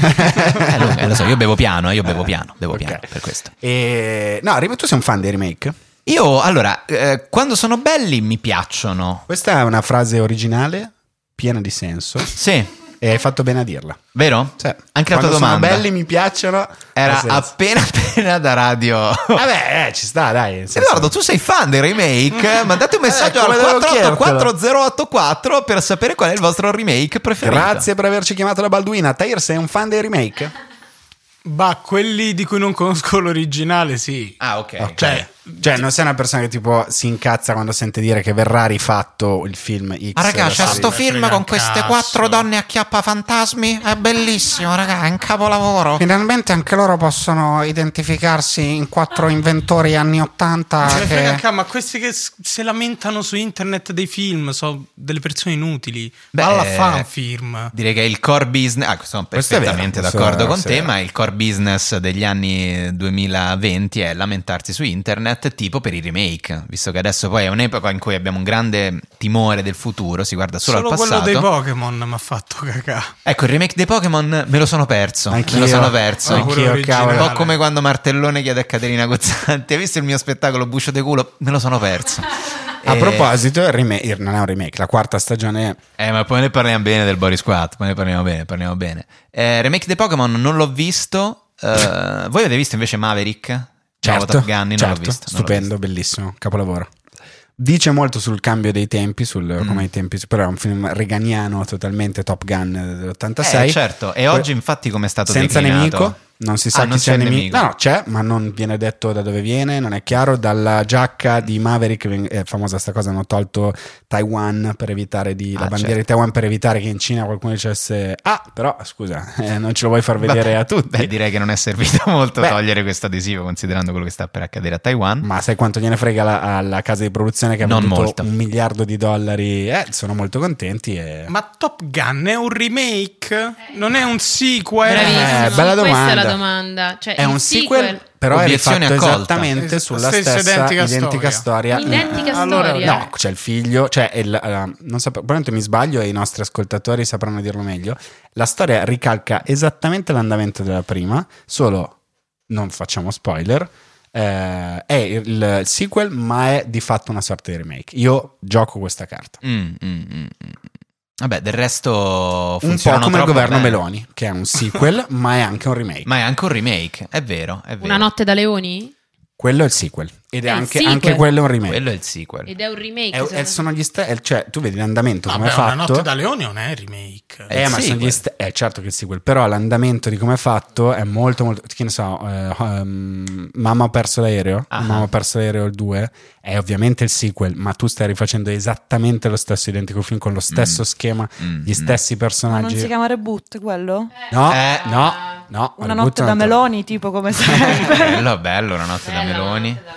Speaker 1: Eh, lo, eh, lo so, io bevo piano, eh, io bevo piano, bevo
Speaker 4: Ok.
Speaker 1: piano per questo.
Speaker 4: E... No, Rima, tu sei un fan dei remake?
Speaker 1: Io, allora, eh, quando sono belli mi piacciono.
Speaker 4: Questa è una frase originale, piena di senso,
Speaker 1: Sì,
Speaker 4: e hai fatto bene a dirla.
Speaker 1: vero?
Speaker 4: Cioè,
Speaker 1: Anche la tua
Speaker 4: quando
Speaker 1: domanda.
Speaker 4: Sono belli, mi Eh, piacciono.
Speaker 1: Era
Speaker 4: Ha senso.
Speaker 1: appena [LAUGHS] appena da radio.
Speaker 4: Vabbè, eh, ci sta, dai. nel senso-
Speaker 1: Edoardo, tu sei fan dei
Speaker 4: [LAUGHS]
Speaker 1: remake? Mandate un messaggio
Speaker 4: Eh, come
Speaker 1: al
Speaker 4: dovevo
Speaker 1: 484084 per sapere qual è il vostro remake preferito.
Speaker 4: Grazie per averci chiamato la Balduina. Tair, sei un fan dei remake?
Speaker 5: Bah, quelli di cui non conosco [LAUGHS] l'originale, sì.
Speaker 1: Ah, ok.
Speaker 5: Cioè,
Speaker 4: Cioè, non sei una persona che tipo si incazza quando sente dire che verrà rifatto il film X.
Speaker 9: Ah, raga, c'è
Speaker 4: Sì.
Speaker 9: sto
Speaker 5: me
Speaker 9: film
Speaker 5: frega
Speaker 9: con
Speaker 5: un
Speaker 9: queste
Speaker 5: cazzo.
Speaker 9: quattro donne a chiappa fantasmi. È bellissimo, raga, è un capolavoro.
Speaker 4: Finalmente anche loro possono identificarsi in
Speaker 9: Ah.
Speaker 4: quattro inventori anni 80
Speaker 5: me
Speaker 9: [LAUGHS]
Speaker 1: Ah,
Speaker 5: ne
Speaker 1: eh.
Speaker 5: frega un ca- ma questi che s- si lamentano su internet dei film sono delle persone inutili.
Speaker 1: Beh,
Speaker 5: Alla fan film.
Speaker 1: Direi che il core business, ah, sono
Speaker 4: Questo è vero,
Speaker 1: perfettamente
Speaker 4: questo
Speaker 1: d'accordo
Speaker 4: è-
Speaker 1: con
Speaker 4: sì.
Speaker 1: te, ma il core business degli anni 2020 è lamentarsi su internet, tipo per i remake, visto che adesso poi è un'epoca in cui abbiamo un grande timore del futuro, si guarda solo,
Speaker 5: Solo
Speaker 1: al
Speaker 5: quello
Speaker 1: passato.
Speaker 5: dei Pokémon mi ha fatto cacà.
Speaker 1: ecco, il remake dei Pokémon me lo sono perso, me lo sono perso.
Speaker 5: Anch'io,
Speaker 1: Un
Speaker 4: Anch'io,
Speaker 5: originale.
Speaker 4: cavolo.
Speaker 1: po' come quando Martellone chiede a Caterina Gozzanti, hai visto il mio spettacolo Buscio de culo? Me lo sono perso.
Speaker 4: A
Speaker 1: Eh,
Speaker 4: proposito, il remake, non è un remake, la quarta stagione
Speaker 1: Eh, ma poi ne parliamo bene del Boris Squad. Poi ne parliamo bene, parliamo bene. Eh, remake dei Pokémon non l'ho visto. eh, voi avete visto invece Maverick? Nuovo
Speaker 4: Certo,
Speaker 1: Top Gun? Non
Speaker 4: certo,
Speaker 1: l'ho visto. non l'ho
Speaker 4: stupendo,
Speaker 1: visto.
Speaker 4: bellissimo, capolavoro. Dice molto sul cambio dei tempi, sul
Speaker 1: Mm.
Speaker 4: come i tempi, però è un film reganiano totalmente Top Gun eh, dell'86.
Speaker 1: Eh, certo, e oggi infatti come è stato
Speaker 4: Senza
Speaker 1: declinato?
Speaker 4: nemico, non si sa
Speaker 1: Ah,
Speaker 4: chi
Speaker 1: non
Speaker 4: sia
Speaker 1: c'è il
Speaker 4: il
Speaker 1: nemico.
Speaker 4: nemico. No, no, c'è, ma non viene detto da dove viene, non è chiaro. Dalla giacca di Maverick, ven- è famosa sta cosa, hanno tolto Taiwan per evitare di,
Speaker 1: Ah,
Speaker 4: la bandiera
Speaker 1: certo.
Speaker 4: di Taiwan per evitare che in Cina qualcuno dicesse ah, però scusa, [LAUGHS] eh, non ce lo vuoi far vedere a tutti.
Speaker 1: Beh, [LAUGHS] direi che non è servito molto
Speaker 4: Beh.
Speaker 1: togliere questo adesivo considerando quello che sta per accadere a Taiwan.
Speaker 4: Ma sai quanto gliene frega la- alla casa di produzione che ha
Speaker 1: Non
Speaker 4: venduto
Speaker 1: molto.
Speaker 4: un miliardo di dollari? Eh, sono molto contenti. E...
Speaker 5: Ma Top Gun è un remake? Non è un sequel?
Speaker 6: Bravissimo.
Speaker 4: Eh, bella
Speaker 6: Questa è
Speaker 4: domanda.
Speaker 6: la domanda. Cioè,
Speaker 4: è
Speaker 6: il
Speaker 4: un sequel, però è rifatto
Speaker 1: Obiezione accolta.
Speaker 4: esattamente
Speaker 5: Es-
Speaker 4: sulla
Speaker 5: stessa
Speaker 4: stessa, identica,
Speaker 5: identica
Speaker 4: storia.
Speaker 6: Identica
Speaker 5: Allora,
Speaker 6: storia.
Speaker 4: No, c'è il figlio, cioè il, eh, non so, probabilmente mi sbaglio e i nostri ascoltatori sapranno dirlo meglio. La storia ricalca esattamente l'andamento della prima, solo non facciamo spoiler. eh, è il sequel, ma è di fatto una sorta di remake. Io gioco questa carta.
Speaker 1: Mm, mm, mm, mm. Vabbè, del resto
Speaker 4: un po'
Speaker 1: funzionano
Speaker 4: come il
Speaker 1: troppo
Speaker 4: governo
Speaker 1: bene.
Speaker 4: Meloni, che è un
Speaker 1: [LAUGHS]
Speaker 4: sequel, ma è anche un remake.
Speaker 1: Ma è anche un remake, è vero, è vero.
Speaker 6: Una notte da leoni?
Speaker 4: Quello è il sequel. Ed è
Speaker 6: È il
Speaker 4: anche,
Speaker 6: sequel.
Speaker 4: anche quello è un remake.
Speaker 1: Quello è il sequel.
Speaker 6: Ed è un remake.
Speaker 4: È- è-
Speaker 6: secondo
Speaker 4: sono gli sta- è- cioè, tu vedi l'andamento come
Speaker 5: Vabbè,
Speaker 4: è
Speaker 5: una
Speaker 4: fatto.
Speaker 5: notte da leoni non è remake.
Speaker 1: Eh,
Speaker 4: Eh, ma sono
Speaker 1: sequel.
Speaker 4: gli sta- eh, certo che è il sequel, però l'andamento di come è fatto è molto, molto. Che ne so, eh, um, Mamma ha perso l'aereo.
Speaker 1: Ah.
Speaker 4: Mamma ha perso l'aereo il 2. È ovviamente il sequel, ma tu stai rifacendo esattamente lo stesso identico film con lo stesso schema,
Speaker 1: Mm,
Speaker 4: gli stessi
Speaker 7: Ma non si
Speaker 4: personaggi.
Speaker 7: chiama reboot quello?
Speaker 4: No,
Speaker 1: Eh.
Speaker 4: no, no.
Speaker 7: Una
Speaker 4: reboot
Speaker 7: notte
Speaker 4: è
Speaker 7: da
Speaker 4: un'altra-
Speaker 7: Meloni, tipo come sempre.
Speaker 1: Bello, bello, una notte
Speaker 6: me.
Speaker 1: da
Speaker 6: Bella la
Speaker 1: Meloni.
Speaker 6: notte da Meloni.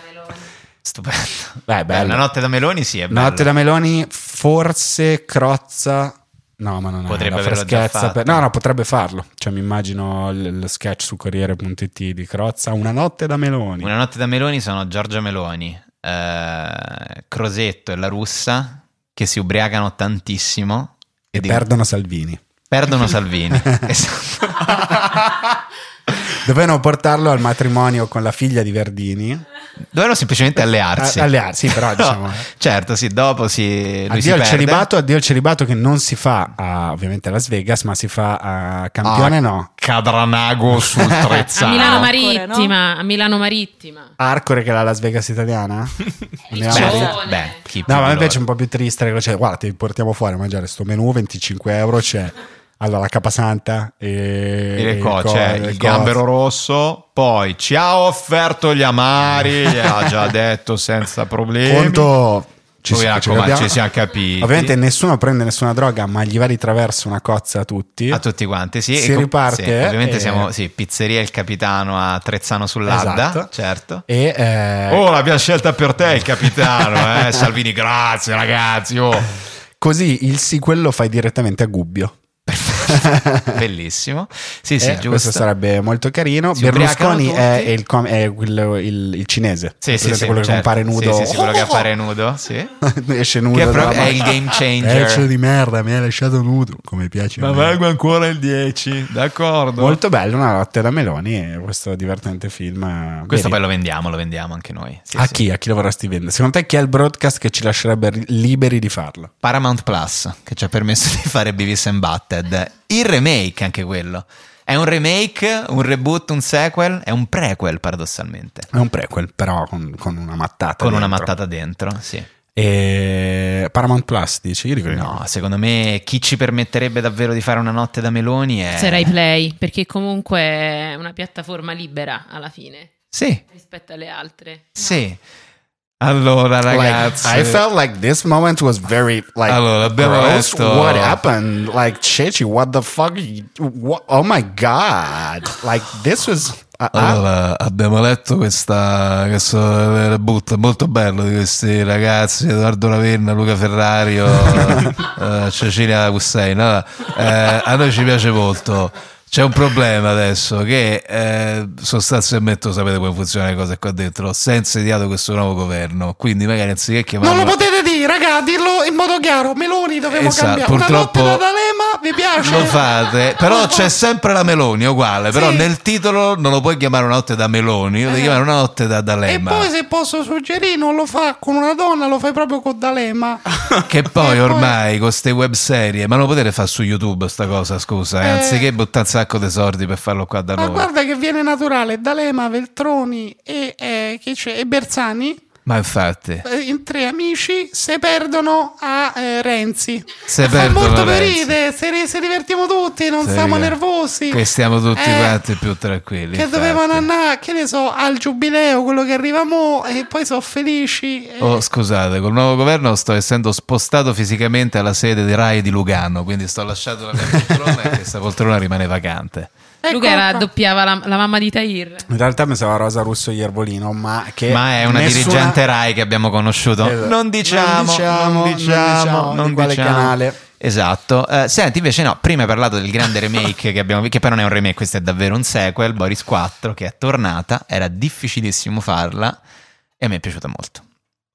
Speaker 1: Stupendo.
Speaker 4: Beh, bello.
Speaker 1: Una notte da Meloni, sì, è bello.
Speaker 4: Notte da Meloni, forse Crozza. No, ma non
Speaker 1: Potrebbe
Speaker 4: è la
Speaker 1: averlo già
Speaker 4: freschezza
Speaker 1: fatto.
Speaker 4: per- No, no, potrebbe farlo. Cioè, mi immagino l- lo sketch su Corriere.it di Crozza. Una notte da Meloni.
Speaker 1: Una notte da Meloni sono Giorgia Meloni, eh, Crosetto e la russa che si ubriacano tantissimo
Speaker 4: E
Speaker 1: dico-
Speaker 4: [LAUGHS] perdono Salvini.
Speaker 1: perdono Salvini. Esatto.
Speaker 4: Dovevano portarlo al matrimonio con la figlia di Verdini.
Speaker 1: Dovevano semplicemente allearsi.
Speaker 4: A- Eh, allearsi,
Speaker 1: [LAUGHS]
Speaker 4: però, diciamo.
Speaker 1: Certo, sì, dopo si, lui si
Speaker 4: Addio al
Speaker 1: perde.
Speaker 4: celibato, addio al celibato che non si fa a, ovviamente a Las Vegas, ma si fa a Campione,
Speaker 1: Ah,
Speaker 4: no.
Speaker 1: Cadranago sul
Speaker 4: [LAUGHS]
Speaker 6: A
Speaker 1: Trezzano.
Speaker 6: Milano
Speaker 7: Ancora,
Speaker 6: Marittima, a Milano Marittima.
Speaker 4: Arcore che è la Las Vegas italiana? Andiamo
Speaker 1: Beh,
Speaker 4: lì.
Speaker 6: Giovane.
Speaker 1: beh, chi più
Speaker 4: No,
Speaker 1: di
Speaker 4: ma mi
Speaker 1: loro.
Speaker 4: piace un po' più triste, cioè, guarda, ti portiamo fuori a mangiare sto menù, 25 euro, c'è allora la capasanta e...
Speaker 1: Dire
Speaker 4: e
Speaker 1: qua,
Speaker 4: co-
Speaker 1: c'è
Speaker 4: e
Speaker 1: cioè, il
Speaker 4: co-
Speaker 1: gambero rosso, poi ci ha offerto gli
Speaker 4: [LAUGHS]
Speaker 1: amari, ha già detto senza problemi.
Speaker 4: Conto... Ci,
Speaker 1: Poi,
Speaker 4: si-
Speaker 1: raccomando,
Speaker 4: capiamo.
Speaker 1: ci siamo capiti.
Speaker 4: Ovviamente nessuno prende nessuna droga, ma gli va di traverso una cozza a tutti.
Speaker 1: A tutti quanti, sì.
Speaker 4: Si
Speaker 1: e com-
Speaker 4: riparte,
Speaker 1: sì, ovviamente
Speaker 4: eh.
Speaker 1: siamo, sì, pizzeria il capitano a Trezzano sull'Adda,
Speaker 4: Esatto.
Speaker 1: certo.
Speaker 4: E... eh,
Speaker 1: Oh, l'abbiamo scelta per te il capitano, [LAUGHS] eh? Salvini, grazie ragazzi. oh.
Speaker 4: Così il sequel lo fai direttamente a Gubbio. [LAUGHS]
Speaker 1: Bellissimo. Sì, sì,
Speaker 4: Eh,
Speaker 1: giusto.
Speaker 4: questo sarebbe molto carino.
Speaker 1: Si
Speaker 4: Berlusconi
Speaker 1: ubriacano
Speaker 4: è,
Speaker 1: tutti.
Speaker 4: è il, com- [LAUGHS] è quello- il- il cinese.
Speaker 1: Sì, sì,
Speaker 4: Presente
Speaker 1: sì,
Speaker 4: quello che
Speaker 1: certo.
Speaker 4: compare nudo.
Speaker 1: Sì, sì, sì, quello che appare nudo, sì.
Speaker 4: Esce [LAUGHS] nudo.
Speaker 1: Che è proprio-
Speaker 4: dalla
Speaker 1: è il
Speaker 4: macchina.
Speaker 1: game changer.
Speaker 4: Pezzo di merda, mi hai lasciato nudo. Come piace. a me.
Speaker 1: ancora il 10, d'accordo.
Speaker 4: Molto bello, una notte da Meloni. eh, Questo divertente film. eh,
Speaker 1: Questo poi
Speaker 4: Vedi?
Speaker 1: lo vendiamo, lo vendiamo anche noi. Sì,
Speaker 4: a
Speaker 1: sì.
Speaker 4: chi? A chi lo vorresti vendere? Secondo te chi è il broadcast che ci lascerebbe ri- liberi di farlo?
Speaker 1: Paramount Plus, che ci ha permesso [LAUGHS] di fare Beavis and Butted. Il remake, anche quello. È un remake, un reboot, un sequel, è un prequel paradossalmente.
Speaker 4: È un prequel, però con, con una mattata.
Speaker 1: Con una
Speaker 4: dentro.
Speaker 1: mattata dentro, sì.
Speaker 4: E Paramount Plus dici? Io dico di
Speaker 1: No, secondo me chi ci permetterebbe davvero di fare una notte da Meloni è...
Speaker 6: Se Rai Play, perché comunque è una piattaforma libera alla fine
Speaker 1: Sì,
Speaker 6: rispetto alle altre.
Speaker 1: sì. Allora ragazzi...
Speaker 4: Like, I felt like this moment was very like
Speaker 1: Allora, abbiamo
Speaker 4: gross.
Speaker 1: detto-
Speaker 4: What happened? Like Ceci, what the fuck? you- what- oh my god! Ah, Like this was ah, ah.
Speaker 9: Allora, abbiamo letto questa, questo reboot molto bello di questi ragazzi, Edoardo Ravenna, Luca
Speaker 4: [LAUGHS]
Speaker 9: Ferrario, eh, Cecilia Hussein. Allora, eh, a noi ci piace molto. C'è un problema adesso che eh, sostanzialmente lo sapete come funzionano le cose qua dentro, senza ideato questo nuovo governo, quindi magari anziché chiamarlo...
Speaker 4: Non lo potete dire, raga, dirlo in modo chiaro. Meloni dovevo
Speaker 9: Esatto,
Speaker 4: cambiare.
Speaker 9: purtroppo-
Speaker 4: Una notte da D'Alema, vi piace?
Speaker 9: Lo fate, però c'è sempre la Meloni, è uguale, però nel titolo non lo puoi chiamare una notte da Meloni, lo devi chiamare una notte da
Speaker 4: Eh. E
Speaker 9: D'Alema.
Speaker 4: poi se posso suggerire, non lo fa con una donna, lo fai proprio con D'Alema.
Speaker 9: [LAUGHS] Che poi
Speaker 4: E poi-
Speaker 9: ormai con queste web serie, ma non potete fare su YouTube sta cosa, scusa, eh,
Speaker 4: Eh.
Speaker 9: anziché buttare un sacco di soldi per farlo qua da
Speaker 4: Ma
Speaker 9: noi.
Speaker 4: guarda che viene naturale D'Alema, Veltroni e, eh, chi c'è? e Bersani.
Speaker 9: Ma infatti,
Speaker 4: Eh, in tre amici se perdono a eh, Renzi.
Speaker 9: Se
Speaker 4: Fa
Speaker 9: perdono
Speaker 4: molto per
Speaker 9: Renzi.
Speaker 4: ride, se, ne- se divertiamo tutti, non
Speaker 9: Sì,
Speaker 4: siamo
Speaker 9: che-
Speaker 4: nervosi.
Speaker 9: che stiamo tutti
Speaker 4: Eh,
Speaker 9: quanti più tranquilli.
Speaker 4: Che
Speaker 9: infatti.
Speaker 4: dovevano andare, che ne so, al giubileo, quello che arriva mo, e poi sono felici. eh. e-
Speaker 9: Oh, scusate, col nuovo governo sto essendo spostato fisicamente alla sede di Rai di Lugano, quindi sto lasciando la mia poltrona [LAUGHS] e questa poltrona rimane vacante.
Speaker 4: ecco
Speaker 6: Luca era-
Speaker 4: qua.
Speaker 6: doppiava la, la mamma di Tahir.
Speaker 4: In realtà mi sembrava Rosa Russo Iervolino, ma che.
Speaker 1: Ma è una
Speaker 4: nessuna-
Speaker 1: dirigente Rai che abbiamo conosciuto.
Speaker 5: Eh,
Speaker 4: Esatto.
Speaker 1: Non diciamo,
Speaker 4: Non diciamo,
Speaker 1: non diciamo,
Speaker 4: non diciamo
Speaker 1: non
Speaker 4: di quale
Speaker 1: diciamo.
Speaker 4: canale.
Speaker 1: Esatto. Eh, senti, invece no, prima hai parlato del grande remake che abbiamo visto, che però non è un remake, questo è davvero un sequel, Boris 4, che è tornata, era difficilissimo farla e a me è piaciuta molto.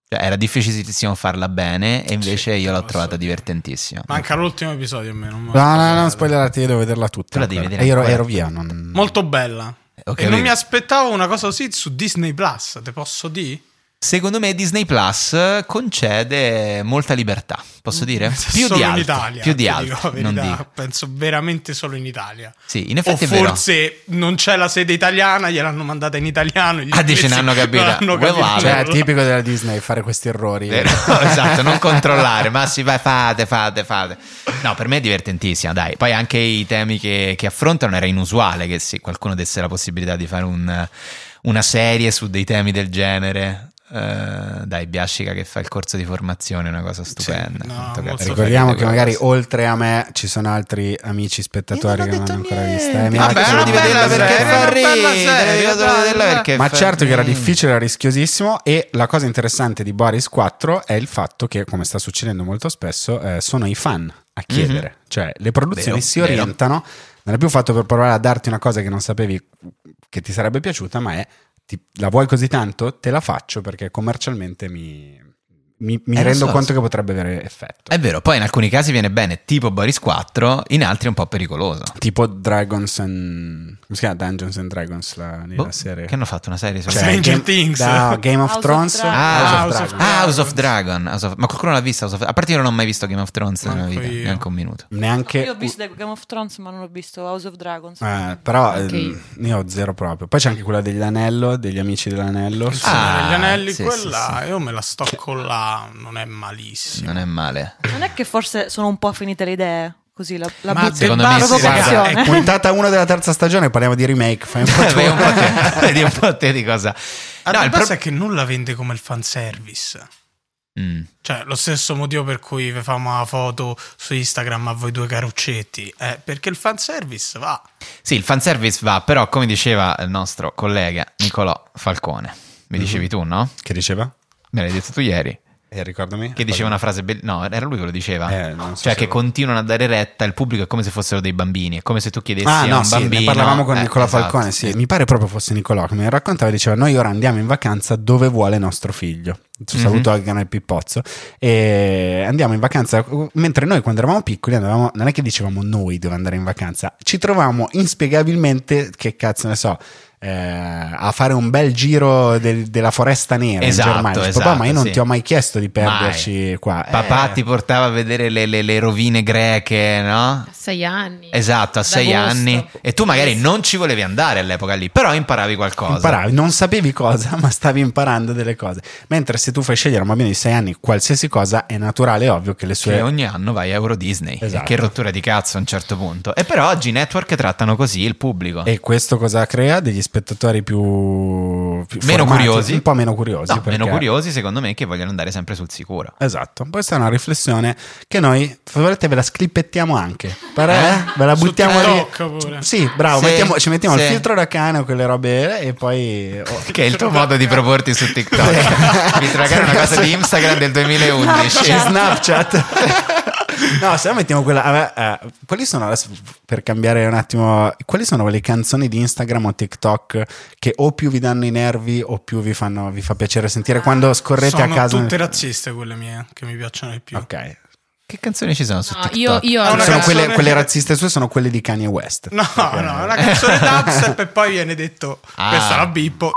Speaker 1: Cioè, era difficilissimo farla bene e invece
Speaker 5: Sì,
Speaker 1: io l'ho
Speaker 5: posso
Speaker 1: trovata
Speaker 5: dire.
Speaker 1: divertentissima.
Speaker 5: Manca l'ultimo episodio a me. Non me lo
Speaker 4: No, no, no, non
Speaker 5: spoilerate.
Speaker 4: spoilerate, io devo vederla tutta.
Speaker 1: Tu la devi
Speaker 4: ancora.
Speaker 1: vedere
Speaker 4: Ero,
Speaker 1: ancora.
Speaker 4: ero via. Non...
Speaker 5: Molto bella.
Speaker 1: Ok,
Speaker 5: e non
Speaker 1: vedi.
Speaker 5: mi aspettavo una cosa così su Disney Plus, te posso dire?
Speaker 1: Secondo me Disney Plus concede molta libertà,
Speaker 5: [LAUGHS]
Speaker 1: posso dire? Più
Speaker 5: Mm. Solo
Speaker 1: di
Speaker 5: in
Speaker 1: altri,
Speaker 5: Italia.
Speaker 1: più di
Speaker 5: ti dico la
Speaker 1: altri, non
Speaker 5: verità,
Speaker 1: dico.
Speaker 5: Penso veramente solo in Italia.
Speaker 1: Sì, in effetti
Speaker 5: o
Speaker 1: è vero.
Speaker 5: forse non c'è la sede italiana, gliel'hanno mandata in italiano. gli
Speaker 1: Ah, dici,
Speaker 5: inglesi
Speaker 1: n'hanno capita.
Speaker 5: non hanno
Speaker 1: Well,
Speaker 5: capito.
Speaker 4: Cioè, è tipico della Disney fare questi errori.
Speaker 1: Eh, [LAUGHS] no, esatto, non controllare, ma si va, fate, fate, fate. No, per me è divertentissima, dai. Poi anche i temi che, che affrontano era inusuale che se qualcuno desse la possibilità di fare un- una serie su dei temi del genere. Eh, dai, Biascica che fa il corso di formazione, è una cosa stupenda.
Speaker 5: no,
Speaker 1: Quanto
Speaker 5: molto
Speaker 1: cazzo
Speaker 5: figo.
Speaker 4: Ricordiamo
Speaker 1: fai
Speaker 4: che
Speaker 1: quella
Speaker 4: magari
Speaker 1: cosa?
Speaker 4: oltre a me ci sono altri amici spettatori che non hanno ancora visto. Eh, mi
Speaker 1: Vabbè,
Speaker 4: raccomando,
Speaker 1: era
Speaker 4: di
Speaker 1: bella ah, perché
Speaker 4: vederla perché
Speaker 1: fa
Speaker 4: fa
Speaker 5: ri- bella
Speaker 1: ridere,
Speaker 5: serie,
Speaker 1: bisogna
Speaker 5: dai,
Speaker 1: vederla
Speaker 5: dai.
Speaker 1: perché
Speaker 4: Ma
Speaker 1: fa
Speaker 4: certo che era
Speaker 1: ridere.
Speaker 4: difficile, era rischiosissimo e la cosa interessante di Boris 4 è il fatto che, come sta succedendo molto spesso, eh, sono i fan a chiedere. Cioè, le produzioni
Speaker 1: Mhm. Vero,
Speaker 4: si
Speaker 1: vero.
Speaker 4: orientano, non è più fatto per provare a darti una cosa che non sapevi che ti sarebbe piaciuta, ma è ti- la vuoi così tanto? Te la faccio perché commercialmente mi... mi, mi
Speaker 1: Eh, lo
Speaker 4: rendo
Speaker 1: so,
Speaker 4: conto
Speaker 1: sì.
Speaker 4: che potrebbe avere effetto.
Speaker 1: È vero, poi in alcuni casi viene bene, tipo Boris 4, in altri è un po' pericoloso.
Speaker 4: Tipo Dragons and... come si chiama? Dungeons and Dragons, la, nella
Speaker 1: Boh,
Speaker 4: serie.
Speaker 1: Che hanno fatto una serie su
Speaker 5: Cioè, Stranger Things.
Speaker 4: no, Game of
Speaker 7: House of
Speaker 4: Thrones.
Speaker 7: Dragons.
Speaker 1: Ah,
Speaker 4: House of
Speaker 1: Ah,
Speaker 4: Dragons.
Speaker 1: House of Dragon. House of- Ma qualcuno l'ha vista? House of- A parte io non ho mai visto Game of Thrones nella
Speaker 5: Manco
Speaker 1: vita,
Speaker 5: io.
Speaker 1: neanche un minuto.
Speaker 4: Neanche...
Speaker 7: Io ho visto Game of Thrones, ma non ho visto House of Dragons.
Speaker 4: Eh, però eh,
Speaker 6: Ok.
Speaker 4: ne ho zero proprio. Poi c'è anche quella dell'anello, degli amici dell'anello.
Speaker 1: Ah,
Speaker 5: Sì, degli anelli,
Speaker 1: sì,
Speaker 5: quella
Speaker 1: sì,
Speaker 5: io me la sto con là, non è malissimo.
Speaker 1: Non è male.
Speaker 7: Non è che forse sono un po' finite le idee? Così la, la
Speaker 5: Ma
Speaker 7: butto-
Speaker 1: secondo me sì,
Speaker 7: provocazione.
Speaker 5: guarda,
Speaker 4: Puntata 1 della terza stagione, parliamo di remake. Fai
Speaker 1: [LAUGHS]
Speaker 4: un po' tu.
Speaker 1: [LAUGHS] Vedi un po' te-
Speaker 4: [LAUGHS]
Speaker 1: vedi un po' te di cosa.
Speaker 5: Allora,
Speaker 1: No, il
Speaker 5: il problema
Speaker 1: pro-
Speaker 5: eh, è che non la vende come il fanservice.
Speaker 1: Mm.
Speaker 5: Cioè, lo stesso motivo per cui vi famo la foto su Instagram a voi due caruccetti è perché il fanservice va.
Speaker 1: Sì, il fanservice va, però come diceva il nostro collega Nicolò Falcone,
Speaker 4: Mhm.
Speaker 1: mi dicevi tu, no?
Speaker 4: Che diceva?
Speaker 1: Me l'hai detto tu ieri.
Speaker 4: Eh, ricordami.
Speaker 1: Che diceva una frase bella. No, era lui che lo diceva.
Speaker 4: Eh, non so
Speaker 1: cioè,
Speaker 4: se-
Speaker 1: che continuano a dare retta, il pubblico è come se fossero dei bambini. È come se tu chiedessi
Speaker 4: Ah,
Speaker 1: a
Speaker 4: no,
Speaker 1: un
Speaker 4: sì,
Speaker 1: bambino.
Speaker 4: ne parlavamo con
Speaker 1: Eh,
Speaker 4: Nicola
Speaker 1: esatto.
Speaker 4: Falcone. Sì, mi pare proprio fosse Nicola che me lo raccontava. Diceva: Noi ora andiamo in vacanza dove vuole nostro figlio. Ci
Speaker 1: Mhm.
Speaker 4: saluto anche nel Pippozzo. E andiamo in vacanza. Mentre noi, quando eravamo piccoli, andavamo, non è che dicevamo noi dove andare in vacanza, ci trovavamo inspiegabilmente, che cazzo ne so. eh, a fare un bel giro del- della foresta nera
Speaker 1: Esatto,
Speaker 4: in Germania Dice,
Speaker 1: esatto,
Speaker 4: papà ma io non
Speaker 1: sì.
Speaker 4: ti ho mai chiesto di
Speaker 1: Mai.
Speaker 4: perderci qua Eh,
Speaker 1: Papà ti portava a vedere le, le- le rovine greche, no?
Speaker 6: A sei anni.
Speaker 1: Esatto, a
Speaker 6: Ad
Speaker 1: sei
Speaker 6: agosto.
Speaker 1: anni. E tu magari
Speaker 6: Sì.
Speaker 1: non ci volevi andare all'epoca lì, però imparavi qualcosa.
Speaker 4: Imparavi, non sapevi cosa, [LAUGHS] ma stavi imparando delle cose. Mentre se tu fai scegliere a un bambino di 6 anni qualsiasi cosa, è naturale, e ovvio che le sue.
Speaker 1: Che ogni anno vai a Euro Disney.
Speaker 4: Cioè, Esatto.
Speaker 1: Che rottura di cazzo a un certo punto. E però oggi i network trattano così il pubblico.
Speaker 4: E questo cosa crea? Degli spettatori più. più
Speaker 1: Meno
Speaker 4: formati,
Speaker 1: curiosi.
Speaker 4: Un po' meno curiosi.
Speaker 1: No, meno
Speaker 4: perché-
Speaker 1: curiosi, secondo me, che vogliono andare sempre sul sicuro.
Speaker 4: Esatto, questa è una riflessione che noi, se volete, ve la scrippettiamo anche. Però, eh, ve la
Speaker 5: Su
Speaker 4: buttiamo
Speaker 5: TikTok
Speaker 4: lì.
Speaker 5: pure.
Speaker 4: Sì, bravo,
Speaker 1: Sì,
Speaker 4: mettiamo- ci mettiamo il
Speaker 1: sì.
Speaker 4: filtro da cane o quelle robe e poi.
Speaker 1: [LAUGHS]
Speaker 4: oh,
Speaker 1: Che è il tuo modo di proporti su TikTok. Mi tragare una cosa [LAUGHS] di Instagram del 2011.
Speaker 4: C'è Snapchat. [LAUGHS] no, se no mettiamo quella. vabbè, eh, quali sono adesso per cambiare un attimo? Quali sono le canzoni di Instagram o TikTok che o più vi danno i nervi o più vi, fanno, vi fa piacere sentire quando scorrete
Speaker 5: Ah, Sono
Speaker 4: a casa?
Speaker 5: tutte razziste quelle mie che mi piacciono di più.
Speaker 4: ok.
Speaker 1: Che canzoni ci sono su
Speaker 6: No,
Speaker 1: TikTok?
Speaker 6: io, io
Speaker 5: Ah, una
Speaker 6: allora,
Speaker 4: sono
Speaker 5: canzone-
Speaker 4: quelle, quelle razziste sue sono quelle di Kanye West.
Speaker 1: [LAUGHS]
Speaker 5: No,
Speaker 4: Perché-
Speaker 5: no, una canzone dubstep e poi viene detto
Speaker 1: Ah.
Speaker 5: questa la bippo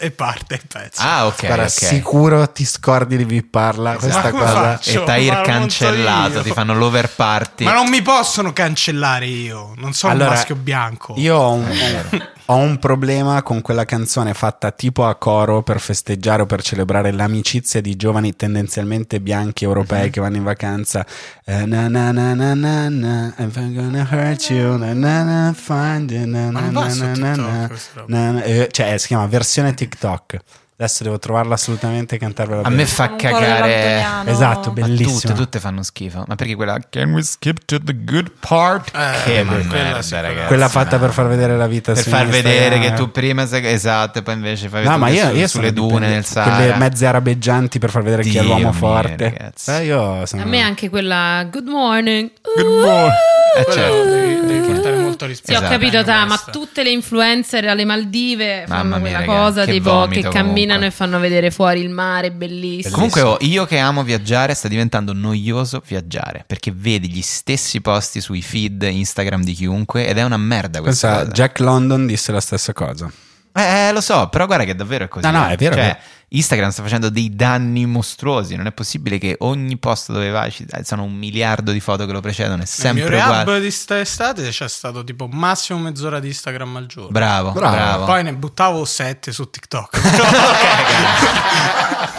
Speaker 5: e parte il pezzo.
Speaker 1: Ah, ok.
Speaker 4: Guarda,
Speaker 1: ok.
Speaker 4: sicuro ti scordi di vi parla questa
Speaker 5: Ma come
Speaker 4: cosa.
Speaker 5: faccio?
Speaker 1: E
Speaker 5: Ma
Speaker 1: Tahir
Speaker 5: non so
Speaker 1: cancellato,
Speaker 5: io.
Speaker 1: ti fanno l'over party.
Speaker 5: Ma non mi possono cancellare io, non sono
Speaker 4: Allora,
Speaker 5: un maschio bianco.
Speaker 4: Io ho un,
Speaker 1: Eh,
Speaker 4: ho un problema con quella canzone fatta tipo a coro per festeggiare o per celebrare l'amicizia di giovani tendenzialmente bianchi europei
Speaker 1: Mhm.
Speaker 4: che vanno in vacanza. Eh, na na na na na na, if I'm gonna hurt you, na na na, find you, na
Speaker 5: Ma
Speaker 4: na
Speaker 5: non
Speaker 4: na
Speaker 5: va su
Speaker 4: na na
Speaker 5: TikTok
Speaker 4: na,
Speaker 5: questa roba.
Speaker 4: na na. Eh, Cioè, si chiama versione TikTok. Adesso devo trovarla assolutamente e cantarvela
Speaker 1: A
Speaker 4: bene.
Speaker 1: me fa
Speaker 7: Con un coro
Speaker 1: cagare.
Speaker 7: dell'Antoniano.
Speaker 4: Esatto,
Speaker 1: Ma
Speaker 4: bellissimo.
Speaker 1: tutte, tutte fanno schifo. Ma perché quella Can we skip to the good part?
Speaker 5: Eh,
Speaker 1: che
Speaker 5: ma quella
Speaker 1: merda,
Speaker 5: sicuramente.
Speaker 1: ragazzi.
Speaker 4: Quella fatta
Speaker 1: ma-
Speaker 4: per far vedere la vita
Speaker 1: per
Speaker 4: su
Speaker 1: far vedere che
Speaker 4: Instagram.
Speaker 1: tu prima sei esatto, e poi invece fai vedere
Speaker 4: No, ma io,
Speaker 1: su-
Speaker 4: io
Speaker 1: sulle
Speaker 4: sono
Speaker 1: dune nel
Speaker 4: dipendente-
Speaker 1: Sahara.
Speaker 4: Quelle mezze arabeggianti per far vedere chi è
Speaker 1: Dio
Speaker 4: l'uomo
Speaker 1: mio,
Speaker 4: forte.
Speaker 1: ragazzi.
Speaker 4: Eh, io sono-
Speaker 6: a me anche quella Good morning. Uh!
Speaker 1: Eh,
Speaker 5: Quello
Speaker 1: certo.
Speaker 5: devi, devi portare molto rispetto.
Speaker 6: Sì, ho
Speaker 1: Esatto.
Speaker 6: capito, ta, ma
Speaker 5: Questa.
Speaker 6: tutte le influencer alle Maldive
Speaker 1: Mamma
Speaker 6: fanno
Speaker 1: mia,
Speaker 6: quella
Speaker 1: raga,
Speaker 6: cosa
Speaker 1: che
Speaker 6: tipo
Speaker 1: vomito
Speaker 6: che camminano
Speaker 1: comunque.
Speaker 6: e fanno vedere fuori il mare, bellissimo.
Speaker 1: Comunque oh, io che amo viaggiare sta diventando noioso viaggiare perché vedi gli stessi posti sui feed Instagram di chiunque ed è una merda questa
Speaker 4: Pensa,
Speaker 1: cosa.
Speaker 4: Jack London disse la stessa cosa.
Speaker 1: Eh, eh, lo so, però guarda che davvero è così.
Speaker 4: No, no, è vero,
Speaker 1: Cioè,
Speaker 4: è vero.
Speaker 1: Instagram sta facendo dei danni mostruosi. Non è possibile che ogni posto dove vai ci eh, sono un miliardo di foto che lo precedono. È
Speaker 5: Nel mio
Speaker 1: sempre
Speaker 5: rehab
Speaker 1: uguale.
Speaker 5: di sta estate c'è stato tipo massimo mezz'ora di Instagram al giorno.
Speaker 1: Bravo,
Speaker 4: Bravo.
Speaker 1: bravo. [LAUGHS]
Speaker 5: Poi ne buttavo sette su TikTok. [LAUGHS]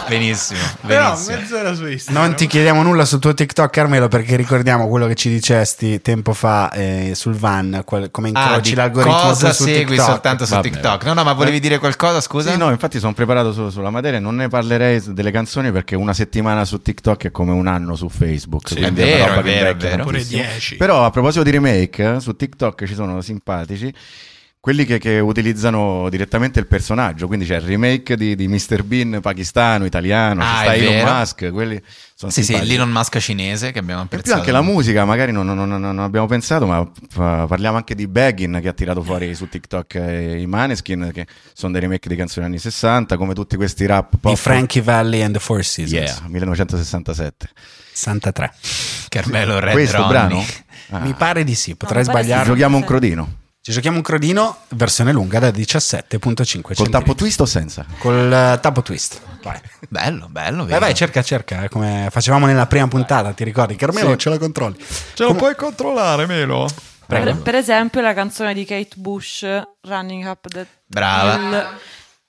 Speaker 1: benissimo,
Speaker 5: Però
Speaker 1: benissimo.
Speaker 5: mezz'ora su Instagram.
Speaker 4: Non ti chiediamo nulla sul tuo TikTok, Carmelo, perché ricordiamo quello che ci dicesti tempo fa eh, sul van, quel- come
Speaker 1: Ah,
Speaker 4: incroci
Speaker 1: di
Speaker 4: l'algoritmo
Speaker 1: cosa
Speaker 4: tu su
Speaker 1: segui
Speaker 4: TikTok.
Speaker 1: soltanto su
Speaker 4: Vabbè. Eh,
Speaker 1: TikTok? No, no, ma volevi dire qualcosa, scusa?
Speaker 8: Sì, no, infatti sono preparato solo sulla materia, non ne parlerei s- delle canzoni perché una settimana su TikTok è come un anno su Facebook.
Speaker 1: Sì,
Speaker 8: quindi
Speaker 1: è
Speaker 8: una
Speaker 1: vero,
Speaker 8: roba
Speaker 1: è
Speaker 8: che
Speaker 1: vero, è
Speaker 8: invecchia
Speaker 1: vero.
Speaker 5: Pure
Speaker 8: tantissimo.
Speaker 5: 10.
Speaker 8: Però a proposito di remake, eh, su TikTok ci sono simpatici quelli che, che utilizzano direttamente il personaggio, quindi c'è il remake di, di Mr. Bean pakistano, italiano,
Speaker 1: Ah,
Speaker 8: c'è sta
Speaker 1: è
Speaker 8: Elon
Speaker 1: vero.
Speaker 8: Musk, quelli sono
Speaker 1: Sì, sì,
Speaker 8: simpatici.
Speaker 1: l'Elon Musk cinese che abbiamo
Speaker 8: In più
Speaker 1: apprezzato.
Speaker 8: anche la musica, magari non, non- non- non abbiamo pensato, ma fa- parliamo anche di Baggin che ha tirato fuori su TikTok eh, i Maneskin, che sono dei remake di canzoni anni 60, come tutti questi rap pop.
Speaker 4: I Frankie Valley and the Four Seasons.
Speaker 8: Yeah, 1967.
Speaker 4: 63.
Speaker 1: Carmelo Red
Speaker 8: Questo
Speaker 1: Ronnie. [LAUGHS]
Speaker 8: brano? Ah.
Speaker 4: Mi pare di sì, potrei
Speaker 7: mi pare
Speaker 4: sbagliare.
Speaker 7: sì.
Speaker 8: Giochiamo un crodino.
Speaker 4: Ci giochiamo un crodino, versione lunga da 17.5
Speaker 8: Col tappo
Speaker 4: centimetri.
Speaker 8: twist o senza?
Speaker 4: Col eh, tappo twist. Vai.
Speaker 1: Bello, bello.
Speaker 4: Vai,
Speaker 1: vero?
Speaker 4: vai, cerca, cerca, eh, come facevamo nella prima puntata, ti ricordi? Carmelo, ce la controlli.
Speaker 1: Ce lo puoi controllare, Melo?
Speaker 7: Per, per esempio la canzone di Kate Bush, Running Up the
Speaker 1: Brava.
Speaker 7: Hill,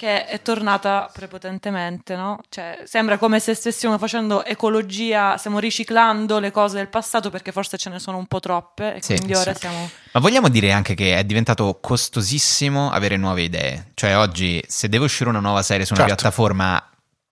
Speaker 7: che è tornata prepotentemente, no? Cioè, sembra come se stessimo facendo ecologia, stiamo riciclando le cose del passato perché forse ce ne sono un po' troppe e
Speaker 1: Sì,
Speaker 7: quindi ora
Speaker 1: sì.
Speaker 7: siamo...
Speaker 1: Ma vogliamo dire anche che è diventato costosissimo avere nuove idee. Cioè, oggi se deve uscire una nuova serie su una
Speaker 4: Certo.
Speaker 1: piattaforma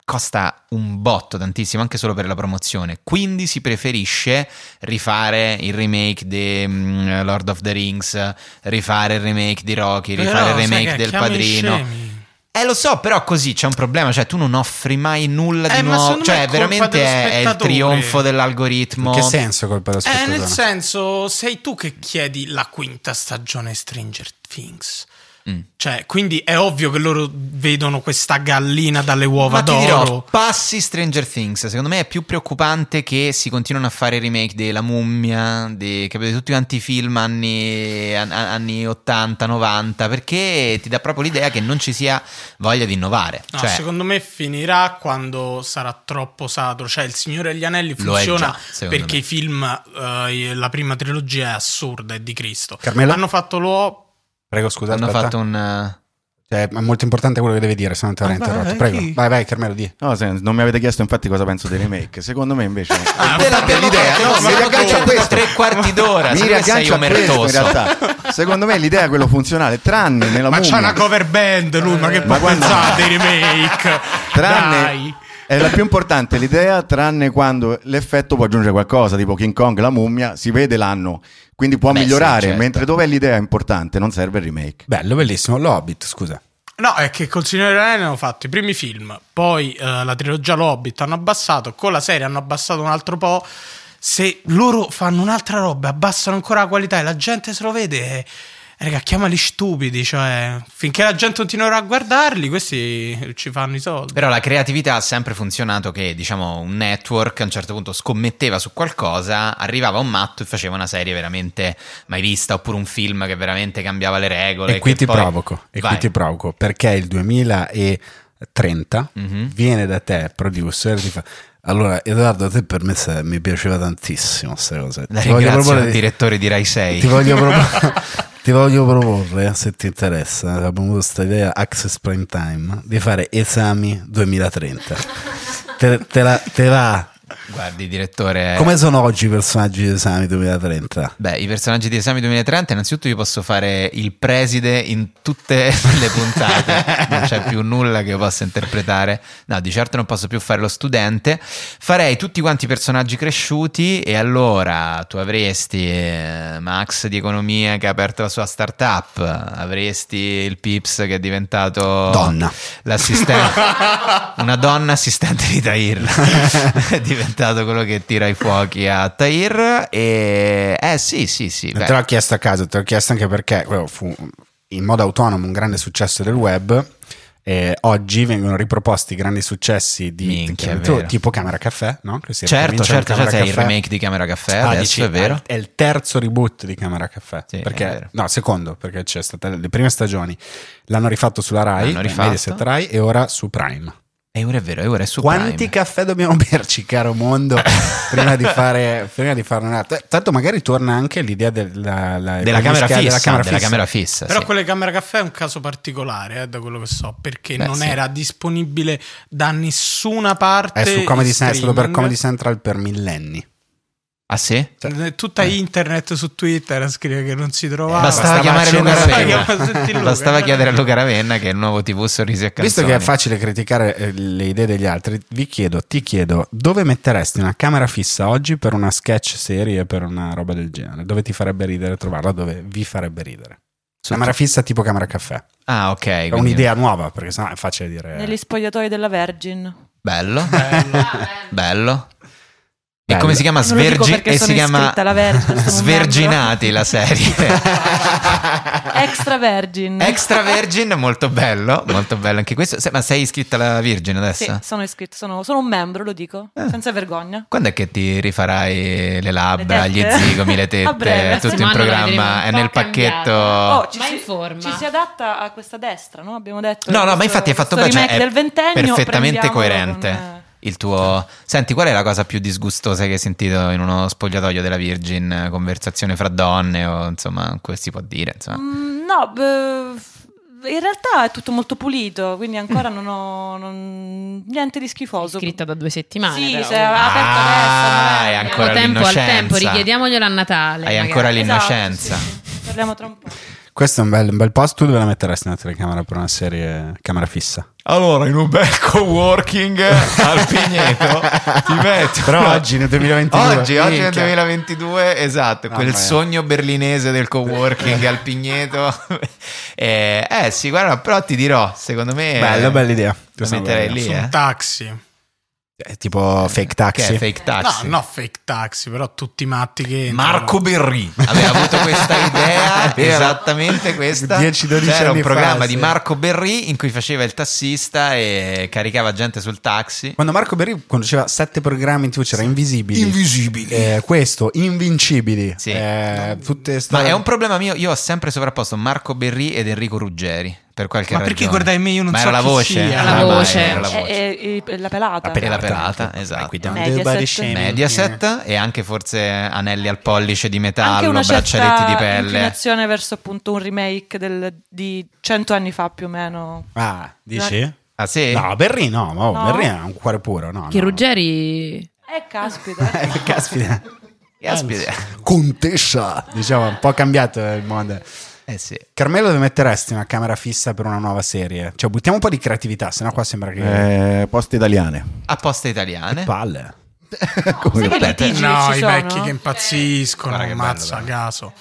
Speaker 1: costa un botto tantissimo, anche solo per la promozione. Quindi si preferisce rifare il remake di mm, Lord of the Rings, rifare il remake di Rocky, rifare
Speaker 5: Però,
Speaker 1: il
Speaker 5: sai
Speaker 1: remake
Speaker 5: che
Speaker 1: del
Speaker 5: chiami
Speaker 1: padrino.
Speaker 5: scemi.
Speaker 1: Eh lo so, però così c'è un problema, cioè tu non offri mai nulla di
Speaker 5: Eh, ma secondo
Speaker 1: nuovo,
Speaker 5: me
Speaker 1: cioè
Speaker 5: è colpa
Speaker 1: veramente
Speaker 5: dello
Speaker 1: è, è il
Speaker 5: spettatore.
Speaker 1: trionfo dell'algoritmo.
Speaker 4: Che senso colpa da
Speaker 5: Eh, nel
Speaker 4: spettatore?
Speaker 5: senso, sei tu che chiedi la quinta stagione Stranger Things.
Speaker 1: Mm.
Speaker 5: Cioè, quindi è ovvio che loro vedono questa gallina dalle uova
Speaker 1: Ma ti
Speaker 5: d'oro.
Speaker 1: dirò, passi Stranger Things, secondo me è più preoccupante che si continuano a fare remake della mummia, di capito, di tutti quanti i film anni, an- anni 80, 90, perché ti dà proprio l'idea che non ci sia voglia di innovare.
Speaker 5: No,
Speaker 1: cioè,
Speaker 5: secondo me finirà quando sarà troppo saturo. Cioè, Il Signore degli Anelli
Speaker 1: Lo è
Speaker 5: funziona
Speaker 1: già, secondo
Speaker 5: perché
Speaker 1: me.
Speaker 5: i film, eh, la prima trilogia è assurda, è di Cristo.
Speaker 8: Eh,
Speaker 4: Carmelo?
Speaker 5: Hanno fatto l'uovo.
Speaker 4: Prego, scusa,
Speaker 1: hanno
Speaker 4: aspetta.
Speaker 1: fatto un... eh,
Speaker 4: Cioè, è molto importante quello che deve dire, se no ti
Speaker 5: Ah,
Speaker 4: avrei interrotto.
Speaker 5: vai,
Speaker 4: Prego,
Speaker 5: chi?
Speaker 4: vai, vai, Carmelo, di.
Speaker 8: No, se- non mi avete chiesto infatti cosa penso dei remake. Secondo me
Speaker 1: [LAUGHS]
Speaker 8: invece...
Speaker 5: Ah,
Speaker 1: Te l'abbiamo
Speaker 8: Ah, l'idea,
Speaker 1: detto,
Speaker 8: no,
Speaker 1: siamo
Speaker 8: mi riaggancio a
Speaker 1: dopo
Speaker 8: questo.
Speaker 1: tre
Speaker 4: [LAUGHS]
Speaker 1: quarti d'ora,
Speaker 8: mi
Speaker 1: secondo me sei
Speaker 8: riaggancio a questo in
Speaker 1: omertoso.
Speaker 8: realtà. Secondo me l'idea è quello funzionale, tranne nella
Speaker 5: Ma c'è
Speaker 8: mummia.
Speaker 5: una cover band lui, ma che
Speaker 8: Eh, Ma
Speaker 5: può
Speaker 8: quando-
Speaker 5: pensare dei remake?
Speaker 8: Tranne-
Speaker 5: Dai.
Speaker 8: È la più importante l'idea, tranne quando l'effetto può aggiungere qualcosa, tipo King Kong, la mummia, si vede l'anno, quindi può
Speaker 1: Beh, sì,
Speaker 8: migliorare,
Speaker 1: certo.
Speaker 8: mentre dov'è l'idea importante, non serve il remake.
Speaker 4: Bello, bellissimo. L'Hobbit, scusa.
Speaker 5: No, è che col Signore degli Anelli hanno fatto i primi film, poi eh, la trilogia L'Hobbit hanno abbassato, con la serie hanno abbassato un altro po'. Se loro fanno un'altra roba, abbassano ancora la qualità e la gente se lo vede, eh, raga, chiamali stupidi, cioè, finché la gente continuerà a guardarli, questi ci fanno i soldi.
Speaker 1: Però la creatività ha sempre funzionato che, diciamo, un network a un certo punto scommetteva su qualcosa, arrivava un matto e faceva una serie veramente mai vista, oppure un film che veramente cambiava le regole.
Speaker 4: E qui
Speaker 1: che
Speaker 4: ti
Speaker 1: poi-
Speaker 4: provoco, e qui
Speaker 1: Vai.
Speaker 4: ti provoco, perché il 2030
Speaker 1: Mhm.
Speaker 4: viene da te, producer, e ti fa... Allora, Edoardo, a te per me se- mi piaceva tantissimo questa cosa.
Speaker 1: La
Speaker 4: Ti voglio
Speaker 1: ringrazio
Speaker 4: proporre
Speaker 1: il
Speaker 4: di-
Speaker 1: direttore di Rai 6.
Speaker 4: Ti voglio, propo-
Speaker 1: [LAUGHS]
Speaker 4: [LAUGHS] ti voglio proporre, se ti interessa, abbiamo avuto questa idea, Access Prime Time, di fare esami 2030. Te, te la, te la-
Speaker 1: Guardi, direttore.
Speaker 4: Come sono oggi i personaggi di esami 2030?
Speaker 1: Beh, i personaggi di esami 2030, innanzitutto io posso fare il preside in tutte [LAUGHS] le puntate, non c'è più nulla che io possa interpretare, no, di certo non posso più fare lo studente, farei tutti quanti i personaggi cresciuti e allora tu avresti eh, Max di economia che ha aperto la sua startup, avresti il Pips che è diventato...
Speaker 4: Donna.
Speaker 1: L'assistente, una donna assistente di Tahir [LAUGHS] è diventato quello che tira i fuochi a Tahir. E eh sì, sì, sì. beh,
Speaker 4: Te l'ho chiesto a caso, te l'ho chiesto anche perché quello fu in modo autonomo un grande successo del web. E oggi vengono riproposti i grandi successi di
Speaker 1: Minchia, è
Speaker 4: tu-
Speaker 1: vero.
Speaker 4: tipo Camera Caffè, no? Che si
Speaker 1: certo,
Speaker 4: ricomincia con
Speaker 1: certo,
Speaker 4: Camera
Speaker 1: certo, è il
Speaker 4: Caffè.
Speaker 1: remake di Camera Caffè,
Speaker 4: Ah,
Speaker 1: adesso
Speaker 4: dici,
Speaker 1: è vero.
Speaker 4: È il terzo reboot di Camera Caffè.
Speaker 1: Sì, è
Speaker 4: perché,
Speaker 1: vero.
Speaker 4: no, secondo, perché c'è stata le prime stagioni. L'hanno rifatto sulla Rai,
Speaker 1: L'hanno
Speaker 4: eh,
Speaker 1: rifatto.
Speaker 4: Mediaset Rai e ora su Prime.
Speaker 1: E ora è vero, e ora è su
Speaker 4: Quanti
Speaker 1: Prime.
Speaker 4: caffè dobbiamo [LAUGHS] berci, caro mondo, prima di fare, prima di fare un altro? Eh, Tanto magari torna anche l'idea della, la-
Speaker 1: della, camera
Speaker 4: della
Speaker 1: fissa,
Speaker 4: camera fissa.
Speaker 1: fissa,
Speaker 4: Eh,
Speaker 5: Però
Speaker 1: sì.
Speaker 5: quelle camera caffè è un caso particolare, eh, da quello che so, perché
Speaker 1: Beh,
Speaker 5: non
Speaker 1: sì.
Speaker 5: era disponibile da nessuna parte.
Speaker 4: È Eh, su Comedy
Speaker 5: in
Speaker 4: Central, è stato per
Speaker 5: streaming.
Speaker 4: Comedy Central per millenni.
Speaker 1: Ah sì?
Speaker 5: Eh, Tutta internet su Twitter a scrivere che non si trovava.
Speaker 1: Eh, Bastava chiamare Luca
Speaker 5: accennare-
Speaker 1: Ravenna.
Speaker 5: Bastava sentire Luca.
Speaker 1: Bastava chiedere a Luca Ravenna che è il nuovo TV Sorrisi e Canzoni.
Speaker 4: eh, Visto che è facile criticare eh, le idee degli altri, vi chiedo, ti chiedo, dove metteresti una camera fissa oggi per una sketch serie, per una roba del genere? Dove ti farebbe ridere trovarla? Dove vi farebbe ridere? Camera fissa tipo camera caffè.
Speaker 1: Ah, ok.
Speaker 4: È
Speaker 1: quindi-
Speaker 4: un'idea nuova, perché sennò è facile
Speaker 1: Eh.
Speaker 4: dire...
Speaker 7: Negli spogliatoi della Virgin.
Speaker 1: Bello. Bello. E
Speaker 4: Bello.
Speaker 1: come si chiama?
Speaker 7: Ah, Non lo dico
Speaker 1: Svergi-
Speaker 7: perché
Speaker 1: e
Speaker 7: sono
Speaker 1: si chiama
Speaker 7: iscritta alla Verge in questo
Speaker 1: Sverginati la
Speaker 7: [LAUGHS]
Speaker 1: serie.
Speaker 7: Extra Virgin.
Speaker 1: Extra Virgin, molto bello, molto bello anche questo. Se- ma sei iscritta alla Virgin Eh. adesso?
Speaker 7: Sì, sono iscritto, sono, sono un membro, lo dico, senza vergogna.
Speaker 1: Quando è che ti rifarai le labbra,
Speaker 7: Le
Speaker 1: gli
Speaker 7: tette.
Speaker 1: zigomi, le
Speaker 7: [LAUGHS] A breve.
Speaker 1: tette, tutto
Speaker 6: Ma
Speaker 1: in
Speaker 6: non vedremo
Speaker 1: programma?
Speaker 6: un
Speaker 1: È
Speaker 6: po'
Speaker 1: nel
Speaker 6: cambiato.
Speaker 1: pacchetto.
Speaker 6: Oh,
Speaker 7: ci
Speaker 6: Ma in
Speaker 7: si-
Speaker 6: forma.
Speaker 7: Ci si adatta a questa destra, no? Abbiamo detto.
Speaker 1: No, no, ma
Speaker 7: questo-
Speaker 1: infatti hai fatto
Speaker 7: questo
Speaker 1: bene. cioè,
Speaker 7: remake
Speaker 1: è
Speaker 7: del ventennio,
Speaker 1: perfettamente
Speaker 7: prendiamolo
Speaker 1: coerente.
Speaker 7: con, eh.
Speaker 1: Il tuo. Senti, qual è la cosa più disgustosa che hai sentito in uno spogliatoio della Virgin? Conversazione fra donne, o insomma, que- si può dire.
Speaker 7: eh,
Speaker 1: Insomma.
Speaker 7: mm, No, beh, in realtà è tutto molto pulito, quindi ancora non ho non- niente di schifoso.
Speaker 6: Scritta da due settimane.
Speaker 7: Sì,
Speaker 6: però.
Speaker 7: se aveva aperto
Speaker 1: Ah,
Speaker 7: adesso, non è-
Speaker 1: è ancora
Speaker 6: Abbiamo tempo al
Speaker 1: l'innocenza.
Speaker 6: tempo, richiediamoglielo a Natale.
Speaker 1: Hai
Speaker 6: magari.
Speaker 1: ancora
Speaker 7: Esatto,
Speaker 1: l'innocenza.
Speaker 7: sì, sì, sì. Parliamo tra un po'.
Speaker 4: Questo è un bel, un bel post, tu dove la metteresti una telecamera per una serie camera fissa?
Speaker 1: Allora, in un bel [LAUGHS] coworking [LAUGHS] al Pigneto ti metto.
Speaker 4: Però [LAUGHS] oggi, nel 2022.
Speaker 1: Oggi, oggi nel
Speaker 4: Minchia.
Speaker 1: 2022, esatto,
Speaker 4: Mamma
Speaker 1: quel
Speaker 4: mia.
Speaker 1: sogno berlinese del coworking al
Speaker 4: [LAUGHS]
Speaker 1: Pigneto. eh, eh, sì, guarda, però ti dirò, secondo me
Speaker 4: Bello, bella idea.
Speaker 1: Lo metterei lì,
Speaker 5: Su un
Speaker 1: eh?
Speaker 5: taxi.
Speaker 4: Eh, tipo fake
Speaker 1: Che
Speaker 4: taxi.
Speaker 1: è Eh, fake taxi.
Speaker 5: No, no, fake taxi, però tutti matti che. entrano.
Speaker 1: Marco Berri aveva avuto questa
Speaker 4: [LAUGHS]
Speaker 1: idea, esattamente questa.
Speaker 4: 10-12
Speaker 1: C'era
Speaker 4: anni
Speaker 1: un
Speaker 4: fa,
Speaker 1: programma di
Speaker 4: sì.
Speaker 1: Marco Berri in cui faceva il tassista e caricava gente sul taxi.
Speaker 4: Quando Marco Berri conduceva sette programmi in tv c'era Invisibili.
Speaker 1: Invisibili.
Speaker 4: Eh, questo, Invincibili.
Speaker 1: Sì.
Speaker 4: Eh, tutte
Speaker 1: Ma
Speaker 4: storie-
Speaker 1: è un problema mio, io ho sempre sovrapposto Marco Berri ed Enrico Ruggeri. Per qualche
Speaker 5: Ma
Speaker 1: ragione.
Speaker 5: perché guardai me? Io non
Speaker 1: Ma
Speaker 5: so
Speaker 1: era la
Speaker 5: chi
Speaker 1: voce.
Speaker 5: sia.
Speaker 1: Ah,
Speaker 6: La
Speaker 1: vai,
Speaker 6: voce.
Speaker 1: era la
Speaker 7: E- e- e Eh, la pelata.
Speaker 1: e la pelata,
Speaker 4: Anche-
Speaker 1: esatto.
Speaker 4: qui down
Speaker 7: Mediaset.
Speaker 4: the body
Speaker 7: eh.
Speaker 4: shaming. Eh.
Speaker 1: Mediaset e anche forse anelli al pollice di
Speaker 7: anche
Speaker 1: metallo,
Speaker 7: una
Speaker 1: braccialetti di
Speaker 7: certa
Speaker 1: pelle.
Speaker 7: inclinazione verso appunto un remake del- di cento anni fa più o meno.
Speaker 4: Ah, dici?
Speaker 1: Ah sì?
Speaker 4: No, Berri no, ma oh,
Speaker 7: No?
Speaker 4: Berri ha un cuore puro. No,
Speaker 6: Che
Speaker 4: no.
Speaker 6: Ruggeri...
Speaker 7: Eh, caspita.
Speaker 4: Eh, [LAUGHS] Caspita.
Speaker 1: Caspita.
Speaker 4: Contessa. Diciamo, un po' cambiato il mondo.
Speaker 1: [LAUGHS] Eh sì.
Speaker 4: Carmelo, dove metteresti una camera fissa per una nuova serie? Cioè, buttiamo un po' di creatività, sennò qua sembra che...
Speaker 8: Eh, poste [LAUGHS] italiane.
Speaker 1: Apposta italiane.
Speaker 4: Palle.
Speaker 7: Sai che
Speaker 1: Vabbè,
Speaker 7: litigi
Speaker 5: No,
Speaker 7: ci
Speaker 5: i
Speaker 7: sono?
Speaker 5: vecchi che impazziscono,
Speaker 1: Guarda che bello,
Speaker 5: ammazza a
Speaker 1: però.
Speaker 5: caso.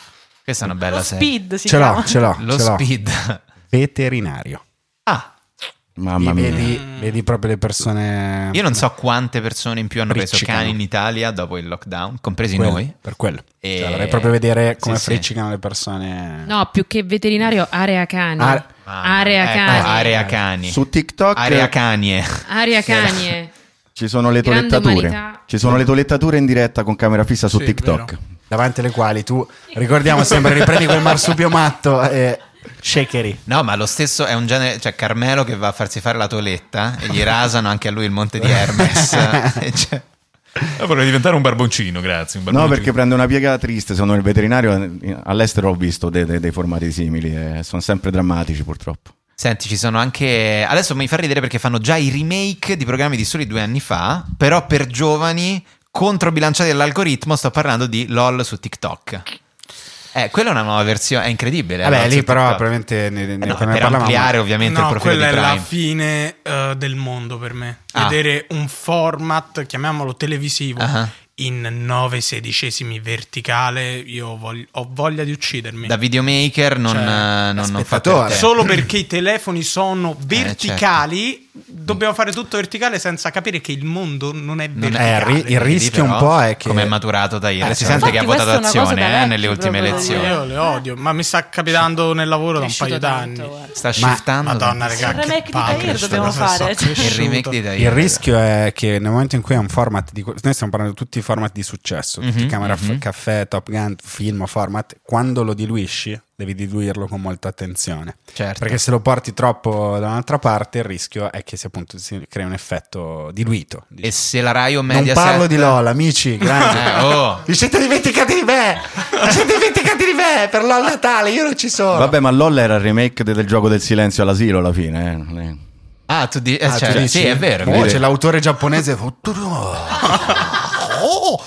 Speaker 1: Questa è una bella
Speaker 7: Lo
Speaker 1: serie.
Speaker 7: speed si
Speaker 4: Ce l'ho,
Speaker 7: chiama.
Speaker 4: ce l'ho.
Speaker 1: Lo
Speaker 4: ce l'ho.
Speaker 1: speed. [LAUGHS]
Speaker 4: Veterinario.
Speaker 1: Ah,
Speaker 8: Mamma
Speaker 4: Lì
Speaker 8: mia.
Speaker 4: vedi, vedi proprio le persone.
Speaker 1: io non so quante persone in più hanno preso
Speaker 4: Friccicano.
Speaker 1: cani in Italia dopo il lockdown, compresi
Speaker 4: Quello,
Speaker 1: noi.
Speaker 4: Per quello.
Speaker 1: E-
Speaker 4: Cioè, vorrei proprio vedere come
Speaker 1: Sì, sì.
Speaker 4: friccicano le persone.
Speaker 6: No, più che veterinario, area cani.
Speaker 4: Are-
Speaker 6: Area
Speaker 1: Ecco,
Speaker 6: cani.
Speaker 1: Area cani.
Speaker 8: Su TikTok
Speaker 1: Area canie.
Speaker 6: Area canie.
Speaker 8: ci sono le
Speaker 6: Grande
Speaker 8: tolettature.
Speaker 6: umanità.
Speaker 8: Ci sono le tolettature in diretta con camera fissa su
Speaker 5: Sì,
Speaker 8: TikTok.
Speaker 5: vero.
Speaker 4: Davanti alle quali tu ricordiamo sempre, riprendi quel marsupio matto e shakeri.
Speaker 1: No, ma lo stesso è un genere, cioè Carmelo che va a farsi fare la toletta e gli rasano anche a lui il monte di
Speaker 4: [LAUGHS]
Speaker 1: Hermes.
Speaker 4: Eh,
Speaker 1: E cioè-
Speaker 9: vorrei diventare un barboncino, grazie.
Speaker 8: No, perché prende una piega triste. Secondo me il veterinario all'estero ho visto de- de- dei, formati simili. e sono sempre drammatici, purtroppo.
Speaker 1: Senti, ci sono anche. Adesso mi fa ridere perché fanno già i remake di programmi di soli due anni fa, però per giovani controbilanciati dall'algoritmo. Sto parlando di LOL su TikTok. Eh, quella è una nuova versione, è incredibile. eh,
Speaker 4: Vabbè,
Speaker 1: LOL su
Speaker 4: lì però
Speaker 1: TikTok.
Speaker 4: probabilmente ne, ne,
Speaker 1: Eh no,
Speaker 4: ne
Speaker 1: per
Speaker 4: parlavamo.
Speaker 1: ampliare ovviamente il
Speaker 5: No,
Speaker 1: profilo di
Speaker 5: quella è la
Speaker 1: Prime.
Speaker 5: fine eh, del mondo per me.
Speaker 1: Ah.
Speaker 5: Vedere un format, chiamiamolo televisivo,
Speaker 1: Ah.
Speaker 5: in 9 sedicesimi verticale, io vog- ho voglia di uccidermi.
Speaker 1: da videomaker non,
Speaker 5: Cioè,
Speaker 1: eh, non, non fa
Speaker 4: spettatore.
Speaker 1: per te.
Speaker 5: Solo perché i telefoni sono verticali,
Speaker 1: certo.
Speaker 5: dobbiamo fare tutto verticale senza capire che il mondo non è
Speaker 1: Non è-
Speaker 5: verticale.
Speaker 4: Eh, ri- il
Speaker 1: Vedi,
Speaker 4: rischio
Speaker 1: però,
Speaker 4: un po' è che-
Speaker 1: come è maturato da ieri
Speaker 4: Eh,
Speaker 1: si
Speaker 4: sì.
Speaker 1: sente che ha
Speaker 7: Infatti,
Speaker 1: votato
Speaker 7: questa è una cosa
Speaker 1: azione
Speaker 7: da
Speaker 1: eh,
Speaker 7: vecchi,
Speaker 1: nelle ultime
Speaker 7: proprio da
Speaker 1: elezioni
Speaker 7: dire.
Speaker 5: Io le odio, ma mi sta capitando nel lavoro da un paio
Speaker 6: Cresciuto tanto,
Speaker 5: d'anni.
Speaker 6: guarda.
Speaker 1: sta
Speaker 4: Ma-
Speaker 1: shiftando
Speaker 5: Madonna,
Speaker 1: tantissimo.
Speaker 5: raga,
Speaker 7: Il remake
Speaker 5: che
Speaker 7: di
Speaker 5: palle,
Speaker 7: Tahir
Speaker 5: sta
Speaker 7: dobbiamo
Speaker 5: cosa,
Speaker 7: fare,
Speaker 5: sto
Speaker 7: cioè.
Speaker 1: il
Speaker 5: cresciuto.
Speaker 1: remake di Tahir
Speaker 4: Il rischio è che nel momento in cui è un format di. que- Noi stiamo parlando di tutti i format di successo, tutti
Speaker 1: Mhm,
Speaker 4: camera, f-
Speaker 1: mhm.
Speaker 4: caffè, Top Gun, film, format. Quando lo diluisci, devi diluirlo con molta attenzione.
Speaker 1: certo
Speaker 4: Perché se lo porti troppo da un'altra parte, il rischio è che si, appunto, si crea un effetto diluito.
Speaker 1: e se la Rai o
Speaker 4: Non
Speaker 1: Mediaset
Speaker 4: parlo di
Speaker 1: [LAUGHS]
Speaker 4: LOL, amici, grandi.
Speaker 1: Eh, oh.
Speaker 4: Vi siete dimenticati di me! Vi siete dimenticati di me! Per LOL Natale, io non ci sono!
Speaker 8: Vabbè, ma LOL era il remake de- del gioco del silenzio all'asilo alla fine. eh, non è-
Speaker 1: ah tu dici
Speaker 4: [LAUGHS] Ah, tu dici?
Speaker 1: sì è vero è
Speaker 4: Oh,
Speaker 1: vero.
Speaker 4: c'è l'autore giapponese. [LAUGHS] Oh,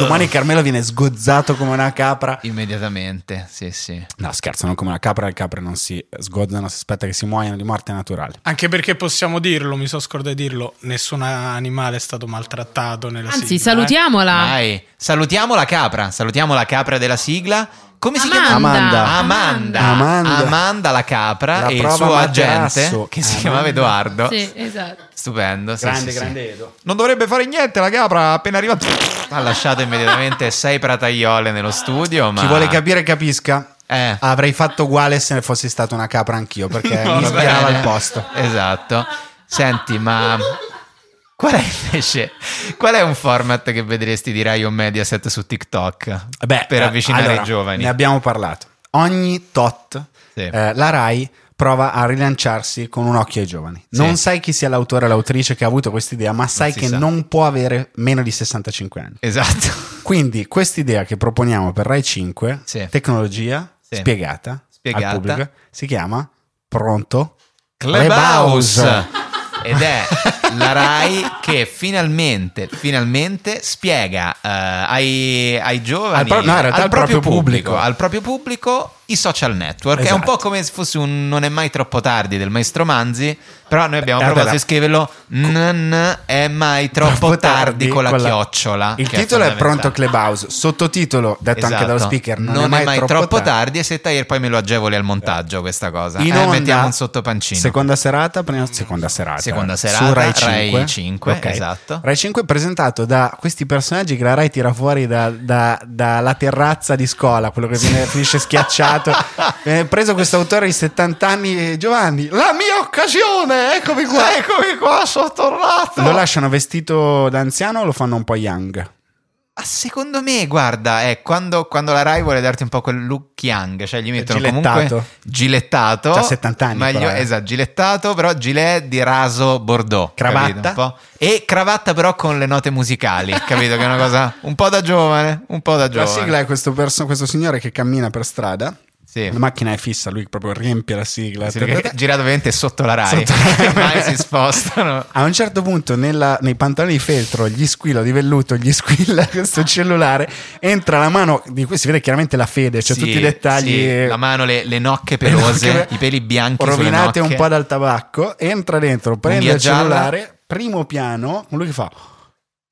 Speaker 4: domani Carmelo viene sgozzato come una capra.
Speaker 1: immediatamente sì sì
Speaker 4: No, scherzo, non come una capra. Le capre non si sgozzano, si aspetta che si muoiano di morte naturale.
Speaker 5: Anche perché possiamo dirlo, mi sono scordato di dirlo, nessun animale è stato maltrattato nella
Speaker 6: Anzi,
Speaker 5: sigla, eh.
Speaker 6: salutiamola.
Speaker 1: Vai. salutiamo la capra salutiamo la capra della sigla Come si
Speaker 6: Amanda.
Speaker 1: chiama?
Speaker 8: Amanda.
Speaker 1: Amanda.
Speaker 4: Amanda.
Speaker 1: Amanda la capra
Speaker 4: La
Speaker 1: e il
Speaker 4: prova
Speaker 1: suo
Speaker 4: materasso.
Speaker 1: agente che si
Speaker 4: Amanda.
Speaker 1: chiamava Edoardo.
Speaker 6: Sì, esatto.
Speaker 1: Stupendo. sì,
Speaker 4: Grande,
Speaker 1: sì, sì.
Speaker 4: grande Edo.
Speaker 1: Non dovrebbe fare niente la capra appena arrivata. Ha lasciato immediatamente sei prataiole nello studio. Ma
Speaker 4: Chi vuole capire capisca.
Speaker 1: Eh.
Speaker 4: Avrei fatto uguale se ne fossi stata una capra
Speaker 1: [LAUGHS]
Speaker 4: anch'io perché
Speaker 1: Va
Speaker 4: mi ispirava
Speaker 1: bene.
Speaker 4: il posto.
Speaker 1: Esatto. Senti, ma qual è invece qual è un format che vedresti di Rai o Mediaset su TikTok
Speaker 4: Beh,
Speaker 1: per
Speaker 4: eh,
Speaker 1: avvicinare
Speaker 4: allora,
Speaker 1: i giovani?
Speaker 4: Ne abbiamo parlato. Ogni tot
Speaker 1: Sì.
Speaker 4: eh, la Rai prova a rilanciarsi con un occhio ai giovani. Non sai chi sia l'autore o l'autrice che ha avuto questa idea, ma sai
Speaker 1: si
Speaker 4: che
Speaker 1: sa.
Speaker 4: non può avere meno di 65 anni.
Speaker 1: Esatto.
Speaker 4: Quindi quest'idea che proponiamo per Rai 5,
Speaker 1: Sì.
Speaker 4: tecnologia
Speaker 1: Sì.
Speaker 4: spiegata,
Speaker 1: Spiegata.
Speaker 4: al pubblico, si chiama Pronto
Speaker 1: Clubhouse. Ed è la Rai che finalmente, finalmente spiega eh, ai, ai giovani,
Speaker 4: Al pro- no, in realtà al proprio pubblico.
Speaker 1: al proprio pubblico i social network. È un
Speaker 4: Esatto.
Speaker 1: po' come se fosse un Non è mai troppo tardi del maestro Manzi, però noi abbiamo
Speaker 4: Eh,
Speaker 1: provato
Speaker 4: allora,
Speaker 1: a scriverlo Non è mai troppo tardi con la chiocciola.
Speaker 4: Il
Speaker 1: che
Speaker 4: titolo è, Pronto
Speaker 1: fondamentale.
Speaker 4: Clubhouse, sottotitolo detto anche
Speaker 1: Esatto.
Speaker 4: dallo speaker, non, è mai, troppo, tardi.
Speaker 1: tardi. E se Tair poi me lo agevoli al montaggio questa cosa.
Speaker 4: In
Speaker 1: Eh,
Speaker 4: onda,
Speaker 1: mettiamo un sottopancino.
Speaker 4: Seconda serata, prima, seconda serata.
Speaker 1: Seconda
Speaker 4: Su
Speaker 1: serata,
Speaker 4: Rai
Speaker 1: Rai
Speaker 4: 5.
Speaker 1: 5,
Speaker 4: Ok.
Speaker 1: esatto.
Speaker 4: Rai 5 presentato da questi personaggi che la Rai tira fuori da- da- dalla terrazza di scuola, quello che viene, finisce
Speaker 1: [LAUGHS]
Speaker 4: schiacciato. Viene preso questo autore di 70 anni, eh, Giovanni. La mia occasione, eccomi qua.
Speaker 1: Eccomi qua, sono tornato.
Speaker 4: Lo lasciano vestito da anziano o lo fanno un po' young?
Speaker 1: Ah, secondo me, guarda, è quando, quando la Rai vuole darti un po' quel look young, cioè gli mettono
Speaker 4: Gilettato.
Speaker 1: comunque gilettato.
Speaker 4: C'ha 70 anni
Speaker 1: ma gli-
Speaker 4: però, eh.
Speaker 1: Esatto, gilettato, però gilet di raso bordeaux.
Speaker 4: Cravatta.
Speaker 1: capito, un po'? E cravatta però con le note musicali, capito? Che è una cosa un po' da giovane, un po' da
Speaker 4: La
Speaker 1: giovane.
Speaker 4: sigla è questo, perso- questo signore che cammina per strada.
Speaker 1: Sì.
Speaker 4: La macchina è fissa, lui proprio riempie la sigla.
Speaker 1: Sì, perché è girato ovviamente sotto la Rai,
Speaker 4: Sotto la
Speaker 1: [LAUGHS]
Speaker 4: Rai.
Speaker 1: mai si spostano.
Speaker 4: A un certo punto nella- nei pantaloni di feltro gli squilla di velluto, gli squilla [LAUGHS] questo cellulare, entra la mano, di cui si vede chiaramente la fede, c'è
Speaker 1: Sì,
Speaker 4: tutti i dettagli.
Speaker 1: sì, la mano, le, le nocche pelose,
Speaker 4: [LAUGHS] nocche-
Speaker 1: i peli bianchi sulle
Speaker 4: rovinate un
Speaker 1: nocche.
Speaker 4: po' dal tabacco, entra dentro, prende
Speaker 1: Unghia
Speaker 4: il
Speaker 1: gialla.
Speaker 4: cellulare, primo piano, lui che fa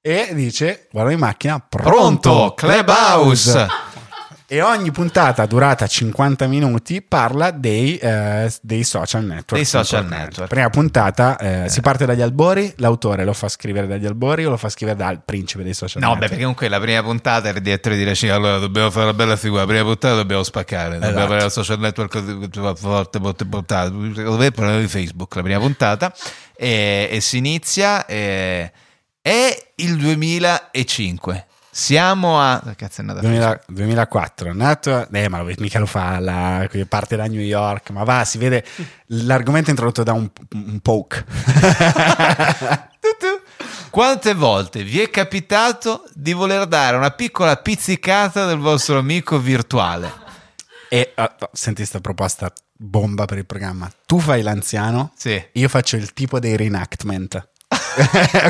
Speaker 4: e dice guarda in macchina,
Speaker 1: Pronto,
Speaker 4: pronto,
Speaker 1: Clubhouse.
Speaker 4: E ogni puntata durata 50 minuti parla dei, eh, dei social network.
Speaker 1: Dei social
Speaker 4: concorrenti.
Speaker 1: network.
Speaker 4: Prima puntata eh, si parte dagli albori, l'autore lo fa scrivere dagli albori o lo fa scrivere dal principe dei social
Speaker 1: No, beh,
Speaker 4: network?
Speaker 1: perché comunque la prima puntata era il direttore di Racino.
Speaker 9: allora dobbiamo fare una bella figura. Prima puntata dobbiamo spaccare.
Speaker 4: Esatto.
Speaker 9: Dobbiamo fare il social
Speaker 1: cioè,
Speaker 9: network forte, forte puntata. Dove parliamo di Facebook?
Speaker 1: la prima puntata e, e si inizia e, è il 2005 siamo a che cazzo è andata a finire?
Speaker 4: 2000 2004 è nato, eh, ma lo- mica lo fa, la, parte da New York, ma va, si vede l'argomento è introdotto da un,
Speaker 1: [LAUGHS]
Speaker 4: un poke.
Speaker 1: Ah, quante volte vi è capitato di voler dare una piccola pizzicata del vostro amico virtuale
Speaker 4: E eh, senti questa proposta bomba per il programma. Tu fai l'anziano,
Speaker 1: Sì.
Speaker 4: io faccio il tipo
Speaker 1: [LAUGHS]
Speaker 4: dei reenactment.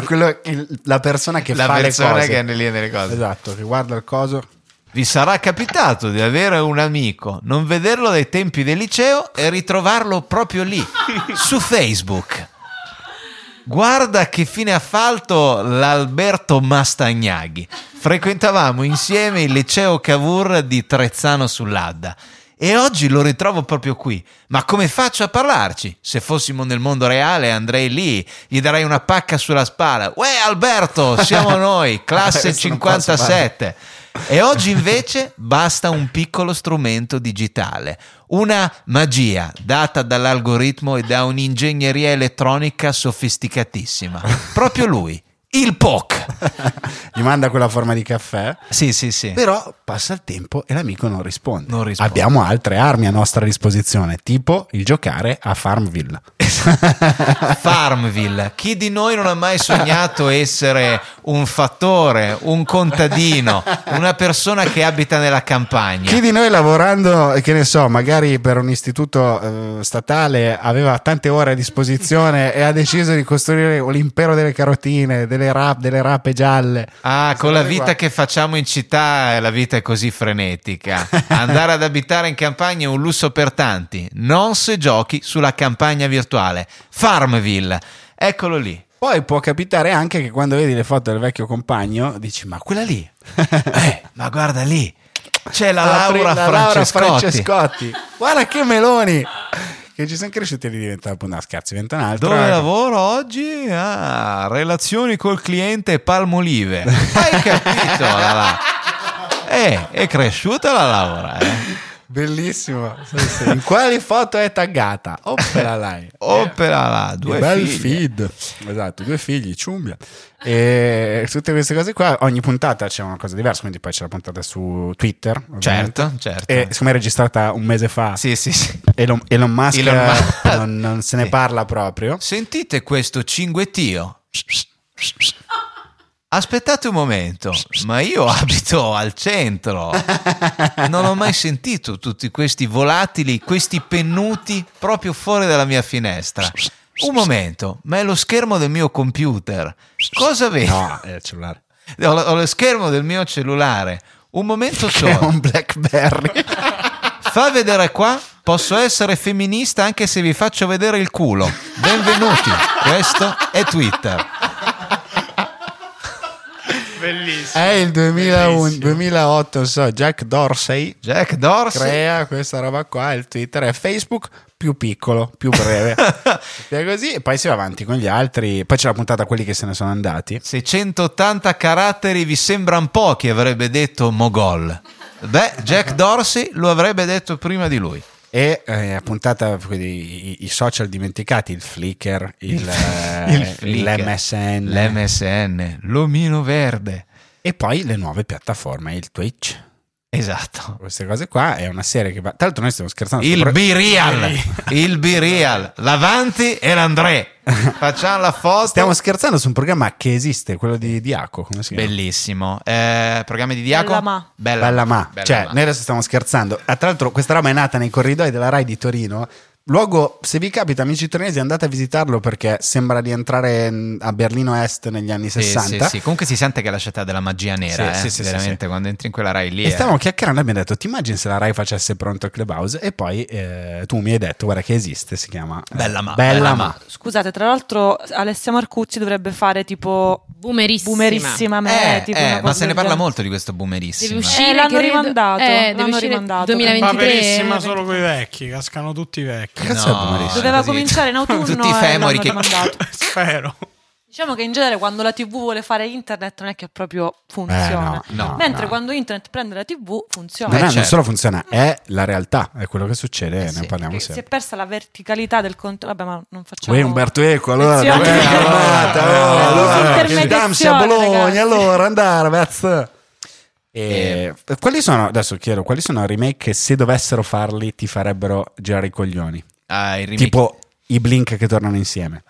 Speaker 4: Quello- il- la persona che
Speaker 1: la
Speaker 4: fa le
Speaker 1: persona
Speaker 4: cose.
Speaker 1: che è lì nelle cose
Speaker 4: Esatto, che guarda il coso.
Speaker 1: vi sarà capitato di avere un amico non vederlo dai tempi del liceo e ritrovarlo proprio lì su Facebook Guarda che fine ha fatto l'Alberto Mastagnaghi. Frequentavamo insieme il liceo Cavour di Trezzano sull'Adda e oggi lo ritrovo proprio qui. Ma come faccio a parlarci? Se fossimo nel mondo reale andrei lì, gli darei una pacca sulla spalla. Uè Alberto,
Speaker 4: [LAUGHS]
Speaker 1: siamo noi, classe
Speaker 4: Questo non posso fare.
Speaker 1: 57. E oggi invece [LAUGHS] basta un piccolo strumento digitale, una magia data dall'algoritmo e da un'ingegneria elettronica sofisticatissima. Proprio lui, il POC.
Speaker 4: Gli manda quella forma di caffè.
Speaker 1: Sì, sì, sì.
Speaker 4: Però passa il tempo e l'amico non risponde.
Speaker 1: Eh. Non risponde.
Speaker 4: Abbiamo altre armi a nostra disposizione, tipo il giocare
Speaker 1: [LAUGHS]
Speaker 4: a Farmville.
Speaker 1: Farmville. Chi di noi non ha mai sognato essere un fattore, un contadino, una persona che abita nella campagna?
Speaker 4: Chi di noi lavorando, che ne so, magari per un istituto eh, statale aveva tante ore a disposizione e ha deciso di costruire l'impero delle carotine, delle, rap- delle rape gialle.
Speaker 1: Ah, con la
Speaker 4: Queste
Speaker 1: vita
Speaker 4: cose
Speaker 1: che facciamo in città eh, la vita è così frenetica. Andare ad abitare in campagna è un lusso per tanti. Non se giochi sulla campagna virtuale. Farmville. Eccolo lì.
Speaker 4: qua. Poi può capitare
Speaker 1: [LAUGHS]
Speaker 4: anche che quando vedi le foto del vecchio compagno dici ma quella lì,
Speaker 1: Eh, ma guarda lì. C'è la
Speaker 4: Ah,
Speaker 1: Laura
Speaker 4: pre- la Laura
Speaker 1: Francescotti.
Speaker 4: Francescotti. Guarda che meloni! Che ci sono cresciuti e di diventare una scherzo, diventa un'altra.
Speaker 1: Dove lavoro oggi? Ah, relazioni col cliente Palmolive. Hai capito? la la? Eh, è cresciuta la Laura. Eh.
Speaker 4: Bellissimo. Sì, sì. In quali foto è taggata?
Speaker 1: [LAUGHS]
Speaker 4: Opera Line.
Speaker 1: Opera là, due
Speaker 4: bel
Speaker 1: figlie.
Speaker 4: feed. Esatto, due figli, ciumbia. E tutte queste cose qua, ogni puntata c'è una cosa diversa, quindi poi c'è la puntata su Twitter. ovviamente.
Speaker 1: Certo, certo.
Speaker 4: E siccome è registrata un mese fa,
Speaker 1: Sì, sì, sì.
Speaker 4: Elon, Elon Musk,
Speaker 1: Elon Musk.
Speaker 4: eh, [LAUGHS] Non, non se ne
Speaker 1: Sì.
Speaker 4: parla proprio.
Speaker 1: Sentite questo cinguettio. Aspettate un momento, ma io abito al
Speaker 4: [LAUGHS]
Speaker 1: centro. Non ho mai sentito tutti questi volatili, questi pennuti proprio fuori dalla mia finestra. Un momento, ma è lo schermo del mio computer. Cosa vedo?
Speaker 4: No, è il cellulare.
Speaker 1: Ho, ho lo schermo del mio cellulare. Un momento
Speaker 4: È
Speaker 1: solo.
Speaker 4: un Blackberry.
Speaker 1: [LAUGHS] Fa vedere qua, posso essere femminista anche se vi faccio vedere il culo. Benvenuti, questo è Twitter.
Speaker 4: È
Speaker 5: Bellissimo.
Speaker 4: il 2001, 2008, non so, Jack Dorsey
Speaker 1: Jack Dorsey.
Speaker 4: crea questa roba qua, il Twitter è Facebook più piccolo,
Speaker 1: [LAUGHS]
Speaker 4: più breve. e così, e poi si va avanti con gli altri. Poi c'è la puntata a quelli che se ne sono andati.
Speaker 1: 680 caratteri vi sembrano pochi, avrebbe detto Mogol. Beh, Jack Dorsey lo avrebbe detto prima di lui.
Speaker 4: E eh, la puntata, quindi, i, i social dimenticati, il Flickr, il, eh,
Speaker 1: Flickr,
Speaker 4: l'MSN.
Speaker 1: L'MSN, l'omino verde.
Speaker 4: e poi le nuove piattaforme, il Twitch.
Speaker 1: Esatto.
Speaker 4: Queste cose qua è una serie che va... Tra l'altro noi stiamo scherzando.
Speaker 1: Il
Speaker 4: sopra- [LAUGHS]
Speaker 1: B-Real, il B-Real, l'avanti e l'André. Facciamo la foto.
Speaker 4: Stiamo scherzando su un programma che esiste, quello di Diaco, come si chiama?
Speaker 1: Bellissimo. Eh, programmi di Diaco?
Speaker 7: Bella Ma.
Speaker 1: Bella,
Speaker 4: Bella ma,
Speaker 1: Bella
Speaker 4: cioè
Speaker 1: Ma.
Speaker 4: noi adesso stiamo scherzando. Ah, tra l'altro questa roba è nata nei corridoi della Rai di Torino. Luogo, se vi capita amici torinesi andate a visitarlo perché sembra di entrare mm, a Berlino Est negli anni
Speaker 1: Sì,
Speaker 4: 60.
Speaker 1: sì, sì. Comunque si sente che è la città della magia nera,
Speaker 4: Sì,
Speaker 1: eh,
Speaker 4: sì, sì, sì,
Speaker 1: veramente
Speaker 4: sì.
Speaker 1: quando entri in quella Rai lì.
Speaker 4: E
Speaker 1: è-
Speaker 4: stavamo chiacchierando e abbiamo detto, ti immagini se la Rai facesse pronto il Clubhouse? E poi eh, tu mi hai detto, guarda che esiste, si chiama eh,
Speaker 1: Bella Ma,
Speaker 4: Bella,
Speaker 1: Bella
Speaker 4: ma.
Speaker 1: Ma.
Speaker 7: Scusate, tra l'altro Alessia Marcuzzi dovrebbe fare tipo
Speaker 6: Boomerissima.
Speaker 7: boomerissima me,
Speaker 1: Eh,
Speaker 7: tipo
Speaker 1: eh,
Speaker 7: una
Speaker 1: ma
Speaker 7: cosa
Speaker 1: se ne
Speaker 7: del
Speaker 1: parla
Speaker 7: genere.
Speaker 1: molto di questo boomerissimo.
Speaker 6: Devi uscire,
Speaker 7: Eh, l'hanno
Speaker 6: credo.
Speaker 7: rimandato,
Speaker 6: Eh,
Speaker 7: l'hanno
Speaker 6: deve uscire
Speaker 7: rimandato.
Speaker 6: 2023.
Speaker 5: Paperissima solo coi vecchi, cascano tutti i
Speaker 1: [LAUGHS]
Speaker 5: vecchi.
Speaker 4: Cazzo è boomerissimo?
Speaker 7: Doveva cominciare in autunno
Speaker 1: Tutti
Speaker 7: e
Speaker 1: i femori
Speaker 7: l'hanno
Speaker 1: che... [LAUGHS]
Speaker 7: rimandato.
Speaker 5: Spero.
Speaker 7: Diciamo che in genere quando la TV vuole fare internet non è che proprio funziona.
Speaker 4: Eh, no, no,
Speaker 7: Mentre
Speaker 4: no.
Speaker 7: quando internet prende la TV funziona.
Speaker 4: Non, è,
Speaker 1: Eh,
Speaker 4: non
Speaker 1: certo. Eh,
Speaker 4: solo funziona, è la realtà, è quello che succede, ne
Speaker 1: sì,
Speaker 4: parliamo
Speaker 7: Perché Cioè, si è
Speaker 4: sempre.
Speaker 7: persa la verticalità del conto. Vabbè, ma non facciamo.
Speaker 4: Uè, Umberto Eco, allora,
Speaker 7: Lezioni.
Speaker 4: dove è arrivata?
Speaker 7: Eh,
Speaker 4: Oh, allora,
Speaker 7: intermediazione,
Speaker 4: che Damsi a Bologna,
Speaker 7: ragazzi.
Speaker 4: allora, andare, ragazzi. E quali sono, adesso chiedo, quali sono i remake che se dovessero farli ti farebbero girare i coglioni?
Speaker 1: Ah, il remake.
Speaker 4: Tipo i Blink che tornano insieme.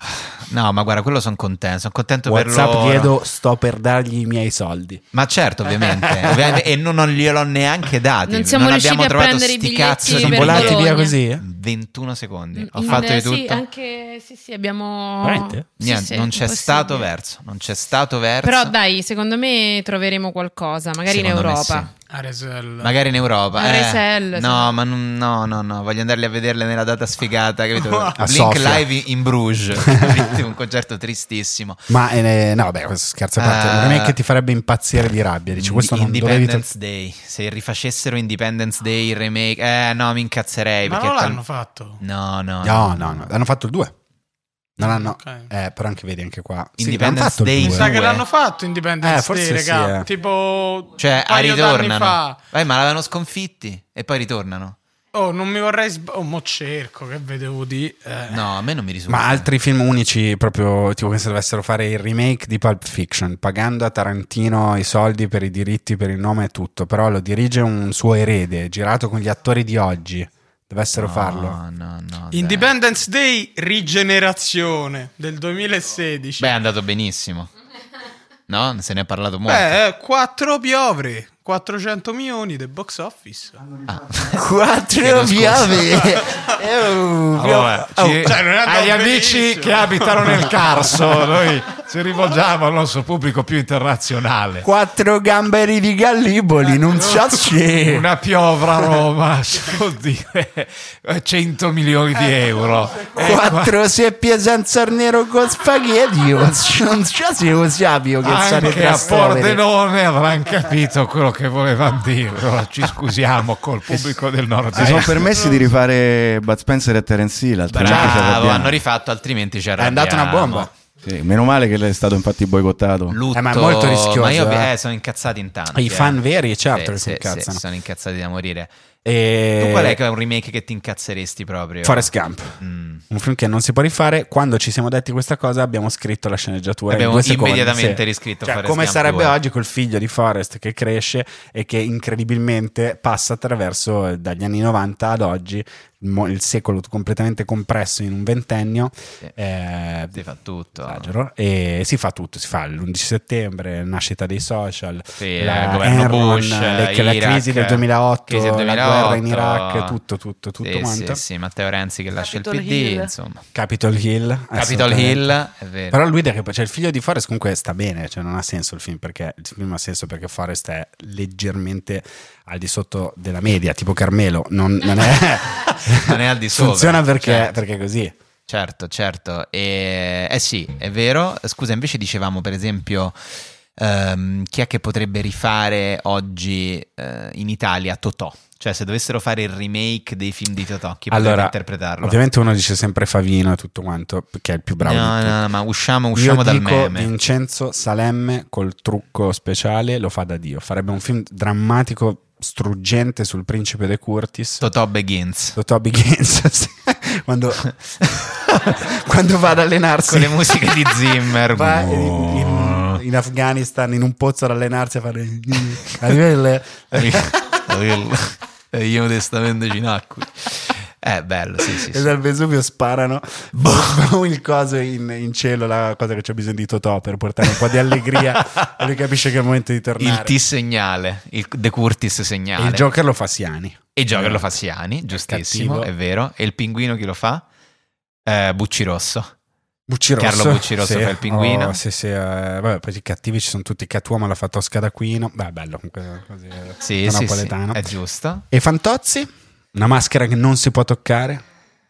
Speaker 1: No, ma guarda, quello sono contento, sono contento per
Speaker 4: WhatsApp
Speaker 1: loro.
Speaker 4: chiedo, sto per dargli i miei soldi.
Speaker 1: Ma certo,
Speaker 4: [LAUGHS]
Speaker 1: ovviamente. ovviamente, e non, non gliel'ho neanche dati.
Speaker 6: Non siamo
Speaker 1: abbiamo
Speaker 6: riusciti a
Speaker 1: trovato
Speaker 6: prendere i
Speaker 1: sti
Speaker 6: biglietti
Speaker 1: cazzo di
Speaker 6: per
Speaker 4: Sono
Speaker 1: biglietti.
Speaker 4: volati
Speaker 6: Bologna.
Speaker 4: via così? eh?
Speaker 1: 21 secondi. Ho
Speaker 6: In-
Speaker 1: fatto di
Speaker 6: eh,
Speaker 1: tutto.
Speaker 6: Sì, anche sì, sì, abbiamo
Speaker 4: Veramente?
Speaker 6: Sì,
Speaker 1: Niente,
Speaker 6: sì,
Speaker 1: non c'è
Speaker 6: impossibile.
Speaker 1: stato verso, non c'è stato verso.
Speaker 6: Però dai, secondo me troveremo qualcosa, magari
Speaker 1: Secondo
Speaker 6: in
Speaker 1: me
Speaker 6: Europa.
Speaker 1: sì.
Speaker 5: Aresel.
Speaker 1: Magari in Europa.
Speaker 6: A
Speaker 1: eh.
Speaker 6: Resell, sì.
Speaker 1: No, ma non- no, no, no, voglio andarli a vederle nella data sfigata,
Speaker 4: [LAUGHS]
Speaker 1: capito? Blink
Speaker 4: Sofia.
Speaker 1: Live in Bruges, [LAUGHS] capite? un concerto tristissimo.
Speaker 4: Ma eh, no, vabbè, questo scherzo a parte.
Speaker 1: Ah.
Speaker 4: non è che ti farebbe impazzire di rabbia. Dici, questo non dovevi...
Speaker 1: Independence Day. Se rifacessero Independence Day il remake, eh no, mi incazzerei.
Speaker 5: Ma
Speaker 1: perché
Speaker 5: non
Speaker 1: tal-
Speaker 5: l'hanno fatto.
Speaker 1: No, no.
Speaker 4: No, no, no, hanno fatto il 2. Non hanno,
Speaker 5: Ok.
Speaker 4: eh, però anche vedi anche qua.
Speaker 1: Independence
Speaker 4: hanno fatto il
Speaker 1: Day
Speaker 4: due.
Speaker 5: Mi sa
Speaker 1: Due.
Speaker 5: che l'hanno fatto Independence
Speaker 4: Eh, forse
Speaker 5: Day,
Speaker 4: sì,
Speaker 5: raga.
Speaker 4: eh.
Speaker 5: Tipo
Speaker 1: Cioè,
Speaker 5: un
Speaker 1: ah,
Speaker 5: paio d'anni
Speaker 1: ritornano.
Speaker 5: fa.
Speaker 1: Eh, ma l'avevano sconfitti e poi ritornano.
Speaker 5: Oh, non mi vorrei sb- Oh, mo cerco, che vedevo di eh.
Speaker 1: No, a me non mi risulta.
Speaker 4: Ma altri film unici, proprio tipo che se dovessero fare il remake di Pulp Fiction, pagando a Tarantino i soldi per i diritti, per il nome e tutto, però lo dirige un suo erede, girato con gli attori di oggi. Dovessero
Speaker 1: No,
Speaker 4: farlo.
Speaker 1: No, no. dai.
Speaker 5: Independence Day Rigenerazione del 2016.
Speaker 1: Beh, è andato benissimo. No, se ne è parlato molto.
Speaker 5: Beh, eh, quattro piovre, 400 milioni del box office.
Speaker 1: Chiedo scusa. Ah, [LAUGHS]
Speaker 4: Oh,
Speaker 1: vabbè, ci-
Speaker 4: Eh, uh, cioè, non è andato
Speaker 5: agli amici
Speaker 4: benissimo.
Speaker 5: che
Speaker 4: abitano nel Carso, noi
Speaker 9: ci rivolgiamo al nostro pubblico più internazionale.
Speaker 4: Quattro gamberi di Galliboli, non c'è.
Speaker 9: Una piovra a Roma,
Speaker 1: [LAUGHS]
Speaker 9: vuol dire 100 milioni di
Speaker 4: Eh.
Speaker 9: euro.
Speaker 1: Eh,
Speaker 4: Quattro seppie senza nero con spaghetti, io
Speaker 1: [LAUGHS]
Speaker 4: non c'è se lo sapio che
Speaker 9: Anche
Speaker 4: sarebbe
Speaker 9: a
Speaker 4: stavere.
Speaker 9: Pordenone avranno capito quello che volevamo dire. Allora, ci scusiamo col pubblico del nord.
Speaker 8: Si sono permessi di rifare Bud Spencer e Terence Hill, altrimenti ci
Speaker 1: Bravo,
Speaker 8: arrabbiamo.
Speaker 1: hanno rifatto, altrimenti ci
Speaker 4: È andata una bomba.
Speaker 8: Sì, meno male che è stato infatti boicottato.
Speaker 1: Lutto,
Speaker 4: Eh, ma è molto rischioso,
Speaker 1: ma io
Speaker 4: eh.
Speaker 1: eh, sono incazzati in tanti.
Speaker 4: I
Speaker 1: eh.
Speaker 4: fan veri, certo, che
Speaker 1: Sì,
Speaker 4: si
Speaker 1: sì, sì,
Speaker 4: incazzano.
Speaker 1: sono incazzati da morire.
Speaker 4: E...
Speaker 1: Tu qual è che è un remake che ti incazzeresti proprio?
Speaker 4: Forrest Gump.
Speaker 1: Mm.
Speaker 4: Un film che non si può rifare. Quando ci siamo detti questa cosa, abbiamo scritto la sceneggiatura.
Speaker 1: Abbiamo
Speaker 4: in due secondi,
Speaker 1: immediatamente
Speaker 4: sì.
Speaker 1: riscritto
Speaker 4: Cioè,
Speaker 1: Forrest
Speaker 4: come
Speaker 1: Gump
Speaker 4: sarebbe
Speaker 1: 2.
Speaker 4: oggi col figlio di Forrest che cresce e che incredibilmente passa attraverso eh, dagli anni 90 ad oggi mo- il secolo completamente compresso in un ventennio. Eh,
Speaker 1: Ti fa tutto.
Speaker 4: esagero. E si fa tutto, si fa l'11 settembre, nascita dei social,
Speaker 1: Sì,
Speaker 4: la
Speaker 1: il governo
Speaker 4: Enron,
Speaker 1: Bush,
Speaker 4: le- la
Speaker 1: Iraq,
Speaker 4: crisi del 2008,
Speaker 1: crisi del
Speaker 4: la guerra in
Speaker 1: 2008.
Speaker 4: Iraq, tutto, tutto, tutto
Speaker 1: Sì,
Speaker 4: quanto.
Speaker 1: Sì, sì, Matteo Renzi che lascia il
Speaker 7: Capitol
Speaker 1: PD,
Speaker 7: Hill.
Speaker 1: insomma.
Speaker 4: Capitol Hill.
Speaker 1: Capitol
Speaker 4: assolutamente.
Speaker 1: Hill, è vero.
Speaker 4: Però lui, che, cioè, il figlio di Forrest comunque sta bene, cioè non ha senso il film perché il film ha senso perché Forrest è leggermente al di sotto della media, tipo Carmelo, non, non è,
Speaker 1: [LAUGHS] Non è al di sopra,
Speaker 4: Funziona perché,
Speaker 1: certo.
Speaker 4: perché è così.
Speaker 1: Certo, certo. E- eh sì, è vero. Scusa, invece dicevamo per esempio ehm, chi è che potrebbe rifare oggi eh, in Italia Totò? Cioè se dovessero fare il remake dei film di Totò, chi potrebbe interpretarlo?
Speaker 4: Ovviamente uno dice sempre Favino e tutto quanto, perché è il più bravo.
Speaker 1: No,
Speaker 4: di tutti.
Speaker 1: no, no, ma usciamo, usciamo
Speaker 4: Io
Speaker 1: dal
Speaker 4: dico
Speaker 1: meme.
Speaker 4: Vincenzo Salemme col trucco speciale lo fa da Dio. Farebbe un film drammatico, struggente sul principe de Curtis.
Speaker 1: Totò Begins.
Speaker 4: Totò Begins [LAUGHS] sì.
Speaker 1: [LAUGHS]
Speaker 4: quando, quando va ad allenarsi
Speaker 1: Con le musiche di Zimmer.
Speaker 4: va in, in- in Afghanistan in un pozzo ad allenarsi a fare [LAUGHS] a livello-
Speaker 1: [LAUGHS] Io modestamente ginacqui. È bello, sì, sì.
Speaker 4: e
Speaker 1: sì.
Speaker 4: dal Vesuvio sparano Boh. boom, il coso in, in cielo la cosa che c'è bisogno di Totò per portare un po' di [LAUGHS] allegria e lui capisce che è il momento di
Speaker 1: Il
Speaker 4: tornare
Speaker 1: T segnale, il De Curtis
Speaker 4: e
Speaker 1: segnale.
Speaker 4: il Joker lo fa Siani
Speaker 1: E il Joker lo fa Siani, giustissimo,
Speaker 4: cattivo.
Speaker 1: è vero. E il pinguino chi lo fa? Eh, Bucci Rosso.
Speaker 4: Bucci Rosso.
Speaker 1: Carlo Bucci Rosso fa il pinguino.
Speaker 4: oh, sì, sì, eh, vabbè, poi i cattivi ci sono tutti Catwoman la fa Tosca d'Aquino beh bello comunque così eh,
Speaker 1: Sì, sì, sì,
Speaker 4: napoletano.
Speaker 1: è giusto.
Speaker 4: E Fantozzi? Una maschera che non si può toccare?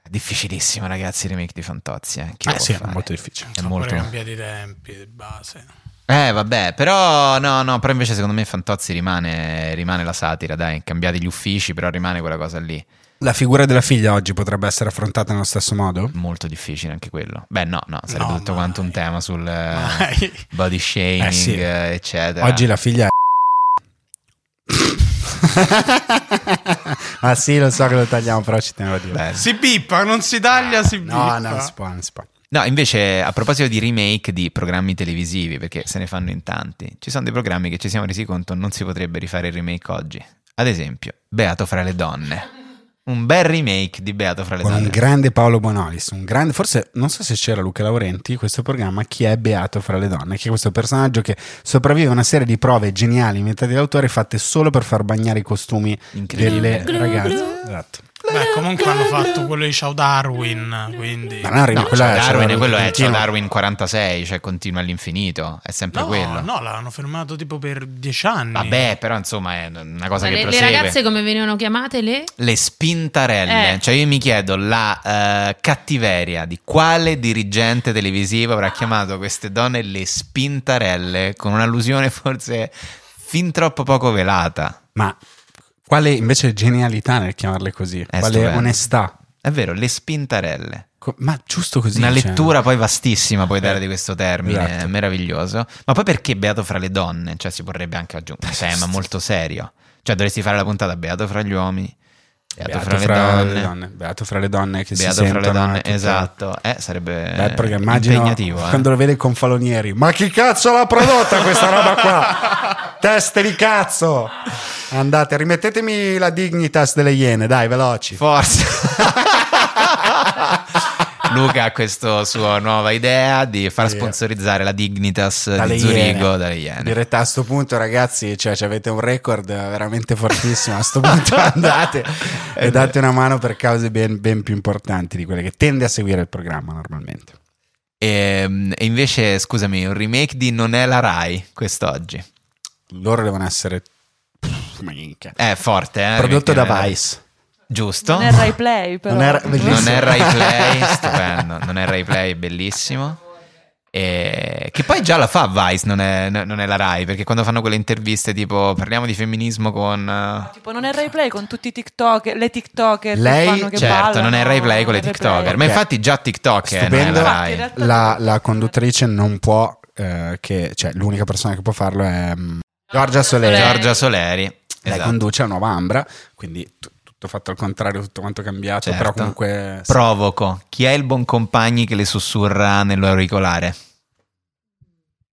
Speaker 1: È difficilissimo, ragazzi, il remake di Fantozzi. Eh, Chi lo
Speaker 4: Eh
Speaker 1: può
Speaker 4: sì,
Speaker 1: fare?
Speaker 4: è molto difficile.
Speaker 1: È
Speaker 5: Pure
Speaker 1: molto...
Speaker 5: cambiati i tempi di base.
Speaker 1: Eh, vabbè, però no, no, però invece secondo me Fantozzi rimane, rimane la satira, dai, cambiate gli uffici, però rimane quella cosa lì.
Speaker 4: La figura della figlia oggi potrebbe essere affrontata nello stesso modo?
Speaker 1: Molto difficile anche quello. Beh, no, no, sarebbe
Speaker 5: No,
Speaker 1: tutto
Speaker 5: mai.
Speaker 1: quanto un tema sul eh,
Speaker 5: Mai.
Speaker 1: [LAUGHS] body shaming,
Speaker 4: Eh, sì.
Speaker 1: eh, eccetera.
Speaker 4: Oggi
Speaker 1: [LAUGHS]
Speaker 4: la figlia è... ah sì, lo so che lo tagliamo, però ci tenevo a dire.
Speaker 1: Bello.
Speaker 5: Si pippa, non si taglia, si
Speaker 4: Eh. no,
Speaker 5: pippa.
Speaker 4: no, non si può, non si può.
Speaker 1: No, invece a proposito di remake di programmi televisivi, perché se ne fanno in tanti, ci sono dei programmi che ci siamo resi conto non si potrebbe rifare il remake oggi. Ad esempio, Beato fra le donne. Un bel remake di Beato fra le
Speaker 4: Con un
Speaker 1: donne.
Speaker 4: grande Paolo Bonolis, un grande, forse non so se c'era Luca Laurenti, questo programma Chi è Beato fra le donne, che è questo personaggio che sopravvive a una serie di prove geniali inventate d'autore fatte solo per far bagnare i costumi
Speaker 1: Incredibile.
Speaker 4: delle ragazze. Esatto.
Speaker 5: Beh, comunque hanno fatto quello di Ciao Darwin, quindi...
Speaker 4: Ma non arriva,
Speaker 1: No,
Speaker 4: quella
Speaker 1: Ciao
Speaker 4: è-
Speaker 1: Darwin,
Speaker 4: cioè,
Speaker 1: quello è
Speaker 4: continua.
Speaker 1: Ciao Darwin 46, cioè continua all'infinito, è sempre
Speaker 5: No,
Speaker 1: quello.
Speaker 5: no, l'hanno fermato tipo per dieci anni.
Speaker 1: Vabbè, però insomma è una cosa
Speaker 6: Ma
Speaker 1: che
Speaker 6: le, le
Speaker 1: prosegue.
Speaker 6: ragazze come venivano chiamate? Le?
Speaker 1: Le spintarelle,
Speaker 6: Eh.
Speaker 1: cioè io mi chiedo la eh, cattiveria di quale dirigente televisivo avrà chiamato queste donne le spintarelle con un'allusione forse fin troppo poco velata.
Speaker 4: Ma quale invece genialità nel chiamarle così? quale
Speaker 1: stupendo.
Speaker 4: onestà?
Speaker 1: È vero, le spintarelle.
Speaker 4: Co- ma giusto così.
Speaker 1: Una
Speaker 4: cioè.
Speaker 1: lettura poi vastissima puoi dare di questo termine,
Speaker 4: Eh, esatto.
Speaker 1: meraviglioso. Ma poi perché Beato fra le donne? Cioè si vorrebbe anche aggiungere un tema molto serio. Cioè dovresti fare la puntata Beato fra gli uomini, Beato,
Speaker 4: Beato
Speaker 1: fra, le donne.
Speaker 4: Beato fra le donne che si
Speaker 1: Beato fra le
Speaker 4: sentono.
Speaker 1: donne,
Speaker 4: tutte-
Speaker 1: esatto. Eh, sarebbe
Speaker 4: Beh, perché immagino
Speaker 1: impegnativo. eh.
Speaker 4: quando lo vede con Falonieri. Ma chi cazzo l'ha prodotta questa roba qua? Teste di cazzo! Andate, rimettetemi la dignitas delle iene, dai, veloci.
Speaker 1: Forza. [LAUGHS] Luca ha questa sua nuova idea di far
Speaker 4: Sì.
Speaker 1: sponsorizzare la Dignitas di
Speaker 4: Iene.
Speaker 1: Zurigo dalle Iene.
Speaker 4: In realtà a sto punto, ragazzi, cioè, cioè, avete un record veramente fortissimo. A
Speaker 1: [LAUGHS]
Speaker 4: sto punto andate
Speaker 1: Eh,
Speaker 4: e date una mano per cause ben, ben più importanti di quelle che tende a seguire il programma normalmente.
Speaker 1: E, Ehm, e invece, scusami, un remake di Non è la Rai quest'oggi.
Speaker 4: Loro devono essere. Pff, minchia.
Speaker 1: È forte, eh? remake
Speaker 4: Prodotto
Speaker 1: di
Speaker 4: da
Speaker 1: Non è la-
Speaker 4: Vice.
Speaker 1: Giusto.
Speaker 7: Non è Rai Play, però.
Speaker 4: Non era- bellissimo.
Speaker 1: Non è Rai Play,
Speaker 7: [LAUGHS]
Speaker 1: stupendo. Non è Rai Play, bellissimo. E- che poi già la fa Vice, non è, non è la Rai, perché quando fanno quelle interviste tipo parliamo di femminismo con... eh,
Speaker 7: Tipo, non è Rai Play con tutti i TikToker, le TikToker
Speaker 4: Lei-
Speaker 7: che fanno che
Speaker 1: Certo,
Speaker 7: ballano,
Speaker 1: non è Rai Play con le
Speaker 7: non è Rai
Speaker 1: TikToker,
Speaker 7: Play.
Speaker 1: ma
Speaker 4: Ok.
Speaker 1: infatti già TikTok è non è
Speaker 4: Stupendo.
Speaker 1: la
Speaker 7: Infatti, in
Speaker 1: Rai.
Speaker 7: realtà
Speaker 4: La,
Speaker 7: tutto-
Speaker 4: la conduttrice non può. eh, che, cioè, l'unica persona che può farlo è mm, Giorgia Soler.
Speaker 6: Soler.
Speaker 1: Giorgia Soleri.
Speaker 4: Lei
Speaker 1: esatto.
Speaker 4: conduce a nuova Ambra. Quindi t- tutto fatto al contrario, tutto quanto cambiato.
Speaker 1: Certo.
Speaker 4: Però comunque. sì.
Speaker 1: Provoco. Chi è il buon compagni che le sussurra nell'auricolare?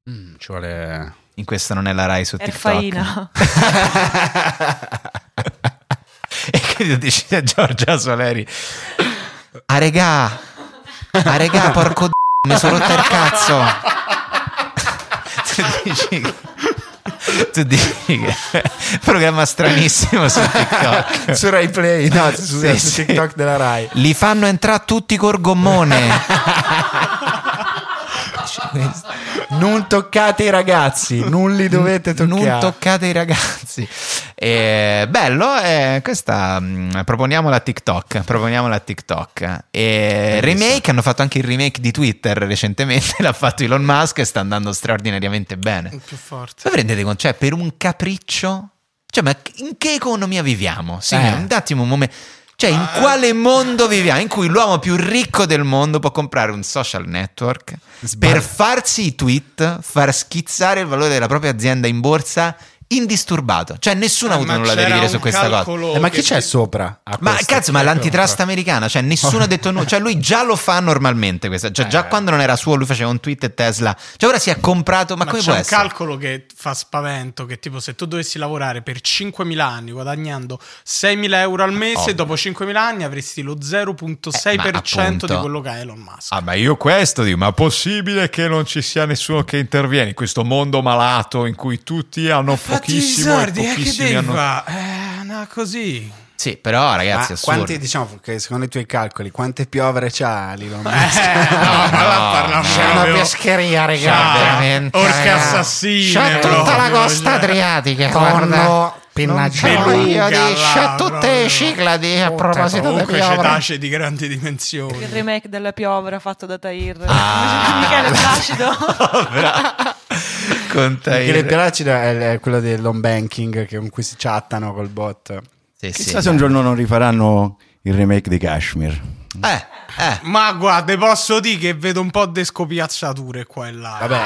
Speaker 4: Mm, ci vuole.
Speaker 1: In questa non è la Rai su TikTok.
Speaker 7: Erfaina.
Speaker 1: [LAUGHS] e quindi dici a Giorgia Soleri a regà a Ah, regà porco d***o mi sono rotto il cazzo tu dici che- tu dici che [LAUGHS] programma stranissimo su TikTok
Speaker 4: su Rai Play, no, su,
Speaker 1: Sì,
Speaker 4: su
Speaker 1: sì.
Speaker 4: TikTok della Rai.
Speaker 1: li fanno entrare tutti col gommone
Speaker 4: Non toccate i ragazzi, non li dovete toccare.
Speaker 1: non toccate i ragazzi Eh, bello eh, questa mh, proponiamola a TikTok proponiamola a TikTok e remake hanno fatto anche il remake di Twitter recentemente [LAUGHS] l'ha fatto Elon Musk e sta andando straordinariamente bene
Speaker 5: più forte.
Speaker 1: ma vi rendete conto cioè per un capriccio cioè ma in che economia viviamo signori?
Speaker 4: Eh.
Speaker 1: un attimo un momento cioè in quale mondo viviamo in cui l'uomo più ricco del mondo può comprare un social network
Speaker 4: Sbagli-
Speaker 1: per farsi i tweet, far schizzare il valore della propria azienda in borsa indisturbato. Cioè, nessuno ha avuto
Speaker 5: Eh, Ma
Speaker 1: nulla da
Speaker 5: c'era
Speaker 1: dire su
Speaker 5: un
Speaker 1: questa cosa.
Speaker 5: calcolo
Speaker 4: Eh, ma
Speaker 5: che
Speaker 4: chi c'è
Speaker 5: ti-
Speaker 4: sopra? a
Speaker 1: Ma
Speaker 4: questo?
Speaker 1: cazzo, ma l'antitrust americana, cioè nessuno ha detto nulla, cioè lui già lo fa normalmente questa, cioè
Speaker 4: Eh.
Speaker 5: Eh.
Speaker 1: già quando non era suo lui faceva un tweet e Tesla, cioè ora si è comprato, ma,
Speaker 5: Ma
Speaker 1: come
Speaker 5: c'è
Speaker 1: può
Speaker 5: un
Speaker 1: essere?
Speaker 5: calcolo che fa spavento, che tipo se tu dovessi lavorare per 5.000 anni guadagnando 6.000 euro al mese,
Speaker 1: Ovvio.
Speaker 5: dopo 5.000 anni avresti lo 0.6%
Speaker 1: Eh, ma appunto.
Speaker 5: di quello che ha Elon Musk.
Speaker 9: Ah, ma io questo dico, ma è possibile che non ci sia nessuno che interviene in questo mondo malato in cui tutti hanno
Speaker 1: eh,
Speaker 9: pochissimo e pochissimi hanno...
Speaker 5: Eh, no,
Speaker 1: [LAUGHS]
Speaker 5: così.
Speaker 1: Sì, però
Speaker 4: Ma
Speaker 1: ragazzi, è assurdo.
Speaker 4: quanti, diciamo, che secondo i tuoi calcoli, quante piovere c'ha Elon Musk?
Speaker 5: Eh, no, ma là parliamo
Speaker 1: C'è
Speaker 5: proprio-
Speaker 4: pescheria,
Speaker 1: raga.
Speaker 5: Ah,
Speaker 1: veramente,
Speaker 5: Orche
Speaker 1: raga.
Speaker 5: assassine.
Speaker 1: C'è tutta
Speaker 5: proprio,
Speaker 1: la costa
Speaker 5: cioè.
Speaker 1: adriatica, guarda.
Speaker 4: Tonno,
Speaker 5: c'è lui.
Speaker 4: pinnaggio.
Speaker 1: Io
Speaker 5: lunga,
Speaker 1: di- c'è
Speaker 5: là,
Speaker 1: tutte
Speaker 5: proprio.
Speaker 1: le cicladi a proposito di
Speaker 5: Comunque
Speaker 1: piovra.
Speaker 5: cetacee di grandi dimensioni.
Speaker 7: [LAUGHS] Il remake della piovra fatto da Tahir.
Speaker 1: Ah.
Speaker 7: [LAUGHS] Michele Placido.
Speaker 1: Con Tahir.
Speaker 4: Michele Pilacido eh, è è quello dell'home banking che- con cui si chattano col bot.
Speaker 1: Sì, sì.
Speaker 8: Chissà se un giorno non rifaranno il remake di Kashmir.
Speaker 1: Eh, eh.
Speaker 5: Ma guarda, posso dire che vedo un po' di scopiazzature qua e là.
Speaker 4: Vabbè,
Speaker 5: eh.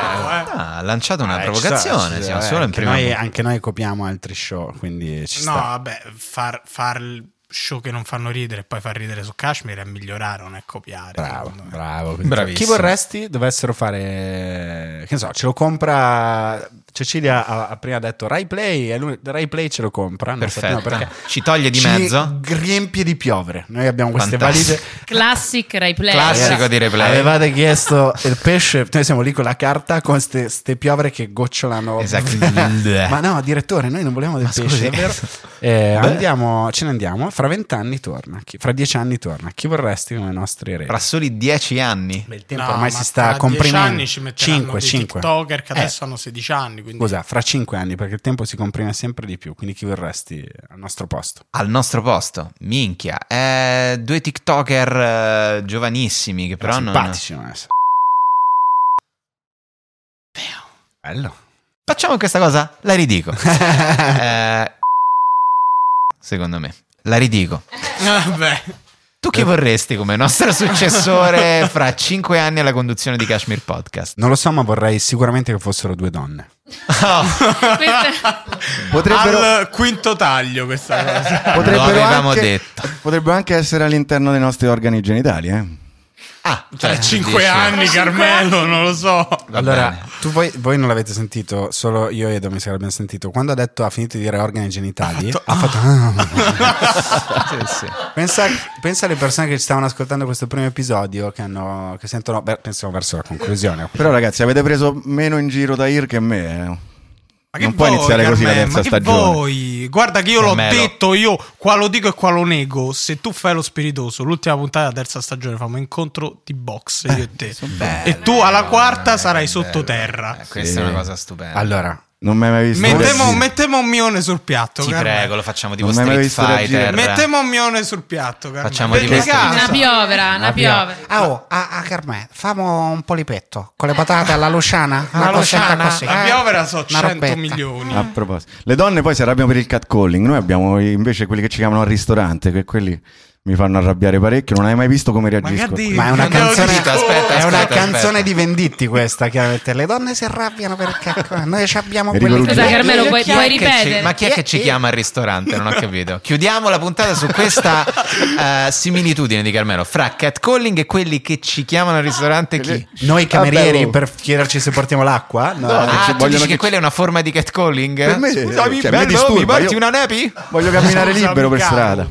Speaker 1: Ah, ha lanciato una
Speaker 4: Eh, ci sta, ci
Speaker 1: provocazione,
Speaker 4: sta,
Speaker 1: siamo
Speaker 4: eh,
Speaker 1: solo in
Speaker 4: anche
Speaker 1: prima.
Speaker 4: noi, anche noi copiamo altri show, quindi ci
Speaker 5: No,
Speaker 4: sta.
Speaker 5: vabbè, far, far show che non fanno ridere e poi far ridere su Kashmir è migliorare, non è copiare.
Speaker 4: Bravo,
Speaker 5: secondo me.
Speaker 4: bravo.
Speaker 1: Bravissimo.
Speaker 4: Chi vorresti dovessero fare, che ne so, ce lo compra. Cecilia ha, ha prima detto Rai Play, e lui- Rai Play ce lo compra. non
Speaker 1: Perfetto. Cioè,
Speaker 4: sappiamo perché.
Speaker 1: Ci toglie di
Speaker 4: Ci
Speaker 1: mezzo?
Speaker 4: riempie di piovere. Noi abbiamo queste
Speaker 1: Fantastico.
Speaker 4: valigie. Eh,
Speaker 6: Classic Rai Play.
Speaker 1: Classico. di Rai Play.
Speaker 4: Avevate chiesto il pesce, noi siamo lì con la carta con ste, ste piovere che gocciolano.
Speaker 1: Esatto.
Speaker 4: [LAUGHS] Ma no, direttore, noi non volevamo del
Speaker 1: Ma
Speaker 4: pesce,
Speaker 1: scusi. [LAUGHS]
Speaker 4: davvero. Eh, andiamo, ce ne andiamo. Fra vent'anni torna. Chi- fra dieci anni torna. Chi vorresti come nostri re?
Speaker 1: Fra soli dieci anni.
Speaker 4: Beh, il tempo
Speaker 5: No,
Speaker 4: ormai
Speaker 5: ma
Speaker 4: si sta
Speaker 5: tra
Speaker 4: comprimendo.
Speaker 5: 10
Speaker 4: Eh.
Speaker 5: anni ci metteranno
Speaker 4: 5,
Speaker 5: dei
Speaker 4: 5.
Speaker 5: TikToker che adesso hanno 16 anni, quindi
Speaker 4: Scusa, fra 5 anni, perché il tempo si comprime sempre di più. Quindi chi vorresti al nostro posto?
Speaker 1: Al nostro posto, minchia. Eh, due TikToker eh, giovanissimi che però non.
Speaker 4: Simpatici, non è- Bello.
Speaker 1: Facciamo questa cosa, la
Speaker 4: [LAUGHS]
Speaker 1: ridico. Eh, secondo me, la ridico.
Speaker 5: [LAUGHS] Vabbè.
Speaker 1: Tu chi vorresti come
Speaker 4: [LAUGHS]
Speaker 1: nostro successore fra cinque anni alla conduzione di Kashmir Podcast?
Speaker 4: Non lo so, ma vorrei sicuramente che fossero due donne.
Speaker 6: Questa-
Speaker 8: Potrebbero,
Speaker 5: Al quinto taglio questa
Speaker 4: Eh.
Speaker 5: cosa.
Speaker 1: Lo
Speaker 8: potrebbero
Speaker 1: avevamo
Speaker 8: anche,
Speaker 1: detto.
Speaker 8: potrebbero anche essere all'interno dei nostri organi genitali. Eh?
Speaker 1: Ah,
Speaker 5: Tra
Speaker 1: cioè,
Speaker 5: 5
Speaker 1: dieci-
Speaker 5: anni, Carmelo, non lo so.
Speaker 1: Va
Speaker 4: allora,
Speaker 1: bene. [LAUGHS]
Speaker 4: tu voi, voi non l'avete sentito, solo io e Edo mi l'abbiamo sentito. Quando ha detto ha finito di dire organi genitali, ha fatto.
Speaker 5: Ah.
Speaker 4: [LAUGHS]
Speaker 1: Sì, sì.
Speaker 4: Pensa, pensa alle persone che ci stavano ascoltando questo primo episodio che, hanno, che sentono, beh, pensiamo verso la conclusione.
Speaker 8: Però ragazzi avete preso meno in giro Tahir che me. eh.
Speaker 5: Ma che
Speaker 8: Non può
Speaker 5: vuoi,
Speaker 8: iniziare così la
Speaker 5: Carmelo?
Speaker 8: terza
Speaker 5: Ma che
Speaker 8: stagione.
Speaker 5: vuoi? dirgli: Guarda, che io l'ho
Speaker 1: Fermelo.
Speaker 5: detto io, qua lo dico e qua lo nego. Se tu fai lo spiritoso, l'ultima puntata della terza stagione, famo un incontro di box
Speaker 8: Eh,
Speaker 5: io e te. e tu alla quarta sarai sottoterra.
Speaker 1: Eh, questa è una cosa stupenda.
Speaker 4: Allora,
Speaker 8: Non mi hai mai visto.
Speaker 5: Mettiamo,
Speaker 8: Sì.
Speaker 5: mettiamo un mione sul piatto,
Speaker 1: Ti
Speaker 5: Carmen.
Speaker 1: prego, lo facciamo tipo
Speaker 8: Non mi hai
Speaker 1: Street
Speaker 8: mai visto
Speaker 1: Fighter.
Speaker 8: reagire.
Speaker 5: Mettiamo un mione sul piatto, Carmen.
Speaker 1: Facciamo
Speaker 5: Perché
Speaker 1: tipo-
Speaker 5: cazzo?
Speaker 6: Una piovra, una piovra.
Speaker 4: Ah, oh, a, a Carmè, famo un polipetto con le patate
Speaker 1: [LAUGHS]
Speaker 4: alla Luciana. Una cosetta così.
Speaker 5: La
Speaker 4: eh?
Speaker 5: piovra so 100
Speaker 4: Una robetta.
Speaker 5: milioni.
Speaker 8: A proposito, le donne poi si arrabbiano per il catcalling. Noi abbiamo invece quelli che ci chiamano al ristorante, che quelli mi fanno arrabbiare parecchio. Non hai mai visto come
Speaker 5: Ma che
Speaker 8: reagiscono.
Speaker 5: dici?
Speaker 4: Ma è una
Speaker 5: Non te lo
Speaker 4: canzone,
Speaker 5: dico.
Speaker 1: aspetta,
Speaker 4: è una
Speaker 1: aspetta.
Speaker 4: canzone di venditti questa, chiaramente. Le donne si
Speaker 1: [LAUGHS]
Speaker 4: arrabbiano perché noi ci abbiamo
Speaker 8: Enrico
Speaker 4: quelle
Speaker 8: Ruggeri.
Speaker 6: Scusa, Carmelo,
Speaker 4: Io-
Speaker 6: puoi,
Speaker 4: io-
Speaker 6: puoi
Speaker 1: Chi è che ci-
Speaker 6: ripetere?
Speaker 1: ma chi è che ci chiama al
Speaker 8: [LAUGHS]
Speaker 1: ristorante? Non ho capito. Chiudiamo la puntata su questa eh, similitudine di Carmelo fra catcalling e quelli che ci chiamano al ristorante. Chi?
Speaker 4: Noi camerieri
Speaker 8: Vabbè, oh.
Speaker 4: per chiederci se portiamo l'acqua? No.
Speaker 8: No,
Speaker 1: Ah,
Speaker 8: cioè, ci
Speaker 1: tu
Speaker 8: vogliono
Speaker 1: dici che
Speaker 8: che-
Speaker 1: quella è una forma di catcalling?
Speaker 8: Per me-
Speaker 1: Scusami,
Speaker 8: cioè, mi
Speaker 1: bello, mi,
Speaker 8: disturba,
Speaker 1: porti
Speaker 8: io-
Speaker 1: una nepi?
Speaker 8: Voglio
Speaker 1: [LAUGHS]
Speaker 8: camminare
Speaker 5: Scusa,
Speaker 8: libero per
Speaker 5: mi cavo.
Speaker 8: strada.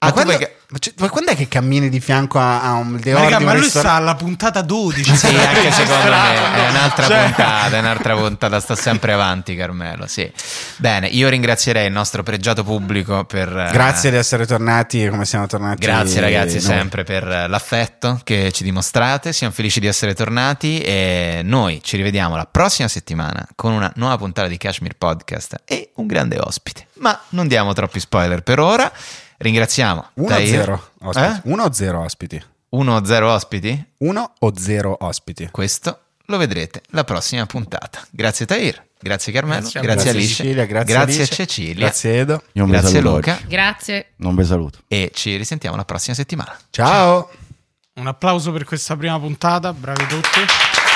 Speaker 1: Ah,
Speaker 4: Ma
Speaker 1: tu
Speaker 4: quando,
Speaker 1: puoi-
Speaker 4: ma ci- ma quando è che cammini di fianco a, a un
Speaker 5: Ma, raga,
Speaker 4: deordi
Speaker 5: ma
Speaker 4: un
Speaker 5: lui sta
Speaker 4: ristorante?
Speaker 5: alla puntata 12.
Speaker 8: [LAUGHS]
Speaker 1: Sì, anche secondo me è un'altra
Speaker 5: Cioè-
Speaker 1: puntata, è un'altra puntata, sta sempre avanti Carmelo, sì. Bene, io ringrazierei il nostro pregiato pubblico per... eh,
Speaker 4: Grazie di essere tornati come siamo tornati.
Speaker 1: Grazie ragazzi
Speaker 4: noi.
Speaker 1: sempre per eh, l'affetto che ci dimostrate, siamo felici di essere tornati e noi ci rivediamo la prossima settimana con una nuova puntata di Kashmir Podcast e un grande ospite, ma non diamo troppi spoiler per ora, ringraziamo.
Speaker 4: 1-0
Speaker 1: Dai-
Speaker 4: ospiti. 1-0 ospiti.
Speaker 1: Eh? 1-0 ospiti?
Speaker 4: 1 o 0 ospiti.
Speaker 1: Questo lo vedrete la prossima puntata. Grazie Tair, grazie Carmelo, grazie,
Speaker 5: Grazie a
Speaker 1: Alice,
Speaker 4: Cecilia, grazie,
Speaker 1: grazie
Speaker 4: Alice,
Speaker 1: Cecilia,
Speaker 4: Grazie Edo.
Speaker 8: Io me
Speaker 1: grazie
Speaker 8: saluto
Speaker 1: Luca
Speaker 8: oggi.
Speaker 6: Grazie.
Speaker 8: Non vi saluto.
Speaker 1: e ci risentiamo la prossima settimana.
Speaker 4: Ciao.
Speaker 5: Un applauso per questa prima puntata, bravi tutti.